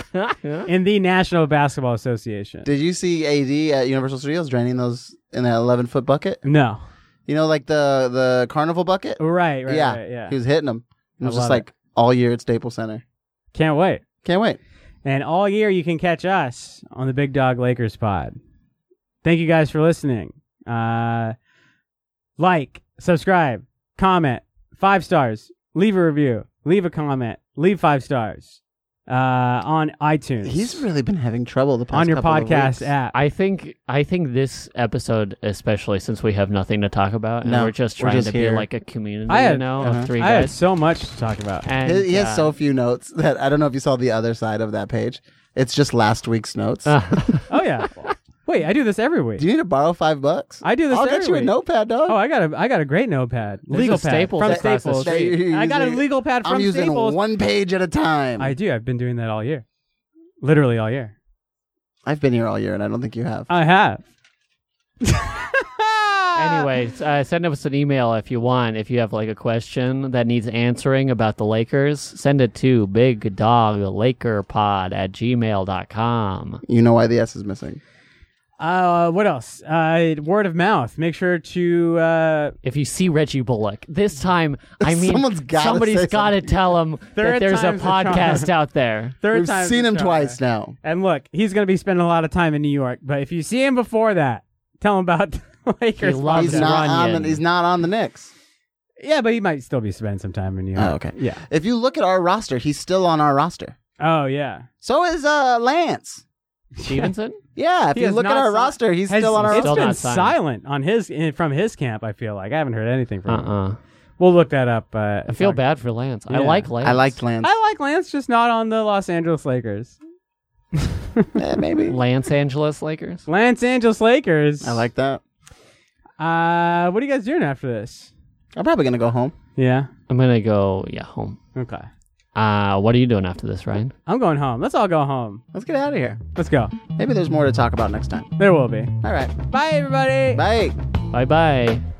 [SPEAKER 1] in the National Basketball Association.
[SPEAKER 3] Did you see AD at Universal Studios draining those in that eleven foot bucket?
[SPEAKER 1] no.
[SPEAKER 3] You know, like the the carnival bucket.
[SPEAKER 1] Right. Right.
[SPEAKER 3] yeah,
[SPEAKER 1] Right, Oh, yeah.
[SPEAKER 3] He was hitting them. It
[SPEAKER 1] I
[SPEAKER 3] was
[SPEAKER 1] love
[SPEAKER 3] just like all year at Staples Center.
[SPEAKER 1] Can't wait.
[SPEAKER 3] Can't wait.
[SPEAKER 1] And all year you can catch us on the Big Dog Lakers pod. Thank you guys for listening. Uh, like, subscribe, comment, five stars, leave a review, leave a comment, leave five stars uh, on iTunes.
[SPEAKER 3] He's really been having trouble the past
[SPEAKER 1] on your
[SPEAKER 3] couple of
[SPEAKER 1] podcast
[SPEAKER 3] weeks.
[SPEAKER 1] app.
[SPEAKER 2] I think I think this episode, especially since we have nothing to talk about, and
[SPEAKER 3] No,
[SPEAKER 2] we're just
[SPEAKER 3] we're
[SPEAKER 2] trying
[SPEAKER 3] just
[SPEAKER 2] to
[SPEAKER 3] here.
[SPEAKER 2] be like a community,
[SPEAKER 1] I had-
[SPEAKER 2] you know,
[SPEAKER 3] uh-huh.
[SPEAKER 2] of three
[SPEAKER 1] I had
[SPEAKER 2] guys.
[SPEAKER 1] so much to talk about.
[SPEAKER 2] And,
[SPEAKER 3] He, he has
[SPEAKER 2] uh,
[SPEAKER 3] so few notes that I don't know if you saw the other side of that page. It's just last week's notes.
[SPEAKER 1] Oh yeah. wait, I do this every week.
[SPEAKER 3] Do you need to borrow five bucks?
[SPEAKER 1] I do this
[SPEAKER 3] I'll
[SPEAKER 1] every
[SPEAKER 3] get you a
[SPEAKER 1] week.
[SPEAKER 3] notepad, dog.
[SPEAKER 1] Oh, I got a I got a great notepad,
[SPEAKER 2] There's
[SPEAKER 1] legal
[SPEAKER 2] a Staples
[SPEAKER 1] pad from
[SPEAKER 2] that- across
[SPEAKER 1] Staples.
[SPEAKER 2] the street.
[SPEAKER 3] That you're
[SPEAKER 1] I got a
[SPEAKER 3] using-
[SPEAKER 1] legal pad from
[SPEAKER 3] I'm using
[SPEAKER 1] Staples.
[SPEAKER 3] one page at a time.
[SPEAKER 1] I do. I've been doing that all year, literally all year.
[SPEAKER 3] I've been here all year, and I don't think you have.
[SPEAKER 1] I have.
[SPEAKER 2] Anyway, uh, send us an email if you want. If you have like a question that needs answering about the Lakers, send it to Big Dog Laker Pod at gmail.com.
[SPEAKER 3] You know why the S is missing.
[SPEAKER 1] uh, what else? Uh, word of mouth. Make sure to uh,
[SPEAKER 2] If you see Reggie Bullock, this time, I mean,
[SPEAKER 3] Someone's gotta say
[SPEAKER 2] somebody's got to
[SPEAKER 3] something.
[SPEAKER 2] tell him
[SPEAKER 1] Third
[SPEAKER 2] that there's a
[SPEAKER 1] time's the charm.
[SPEAKER 2] podcast out there.
[SPEAKER 1] 3rd
[SPEAKER 3] We've seen him twice now.
[SPEAKER 1] And look, he's going to be spending a lot of time in New York. But if you see him before that, tell him about the Lakers.
[SPEAKER 2] loves
[SPEAKER 1] podcast.
[SPEAKER 3] He's not, on
[SPEAKER 2] Runyon.
[SPEAKER 3] the, he's not on the Knicks.
[SPEAKER 1] Yeah, but he might still be spending some time in New York.
[SPEAKER 3] Oh, okay.
[SPEAKER 1] Yeah.
[SPEAKER 3] If you look at our roster, he's still on our roster.
[SPEAKER 1] Oh, yeah.
[SPEAKER 3] So is uh, Lance.
[SPEAKER 2] Stevenson?
[SPEAKER 3] Yeah, if
[SPEAKER 1] He
[SPEAKER 3] you
[SPEAKER 1] has
[SPEAKER 3] look at
[SPEAKER 1] not
[SPEAKER 3] our
[SPEAKER 1] signed-
[SPEAKER 3] roster, he's
[SPEAKER 1] Has-
[SPEAKER 3] still on our
[SPEAKER 1] it's
[SPEAKER 3] roster.
[SPEAKER 2] Still
[SPEAKER 1] been
[SPEAKER 2] not signed.
[SPEAKER 1] silent on his in, from his camp. I feel like I haven't heard anything
[SPEAKER 2] Uh
[SPEAKER 1] from him.
[SPEAKER 2] uh
[SPEAKER 1] We'll look that up. Uh,
[SPEAKER 2] I feel
[SPEAKER 1] bad.
[SPEAKER 2] bad for Lance.
[SPEAKER 1] Yeah.
[SPEAKER 2] I like Lance.
[SPEAKER 3] I liked Lance.
[SPEAKER 1] I like Lance, just not on the Los Angeles Lakers.
[SPEAKER 3] Eh, maybe.
[SPEAKER 2] Lance Angeles Lakers.
[SPEAKER 1] Lance Angeles Lakers.
[SPEAKER 3] I like that.
[SPEAKER 1] Uh, what are you guys doing after this?
[SPEAKER 3] I'm probably going to go home.
[SPEAKER 1] Yeah.
[SPEAKER 2] I'm going to go, yeah, home.
[SPEAKER 1] Okay.
[SPEAKER 2] Uh, what are you doing after this, Ryan?
[SPEAKER 1] I'm going home. Let's all go home.
[SPEAKER 3] Let's get out of here.
[SPEAKER 1] Let's go.
[SPEAKER 3] Maybe there's more to talk about next time.
[SPEAKER 1] There will be.
[SPEAKER 3] All right.
[SPEAKER 1] Bye, everybody.
[SPEAKER 3] Bye.
[SPEAKER 2] Bye bye.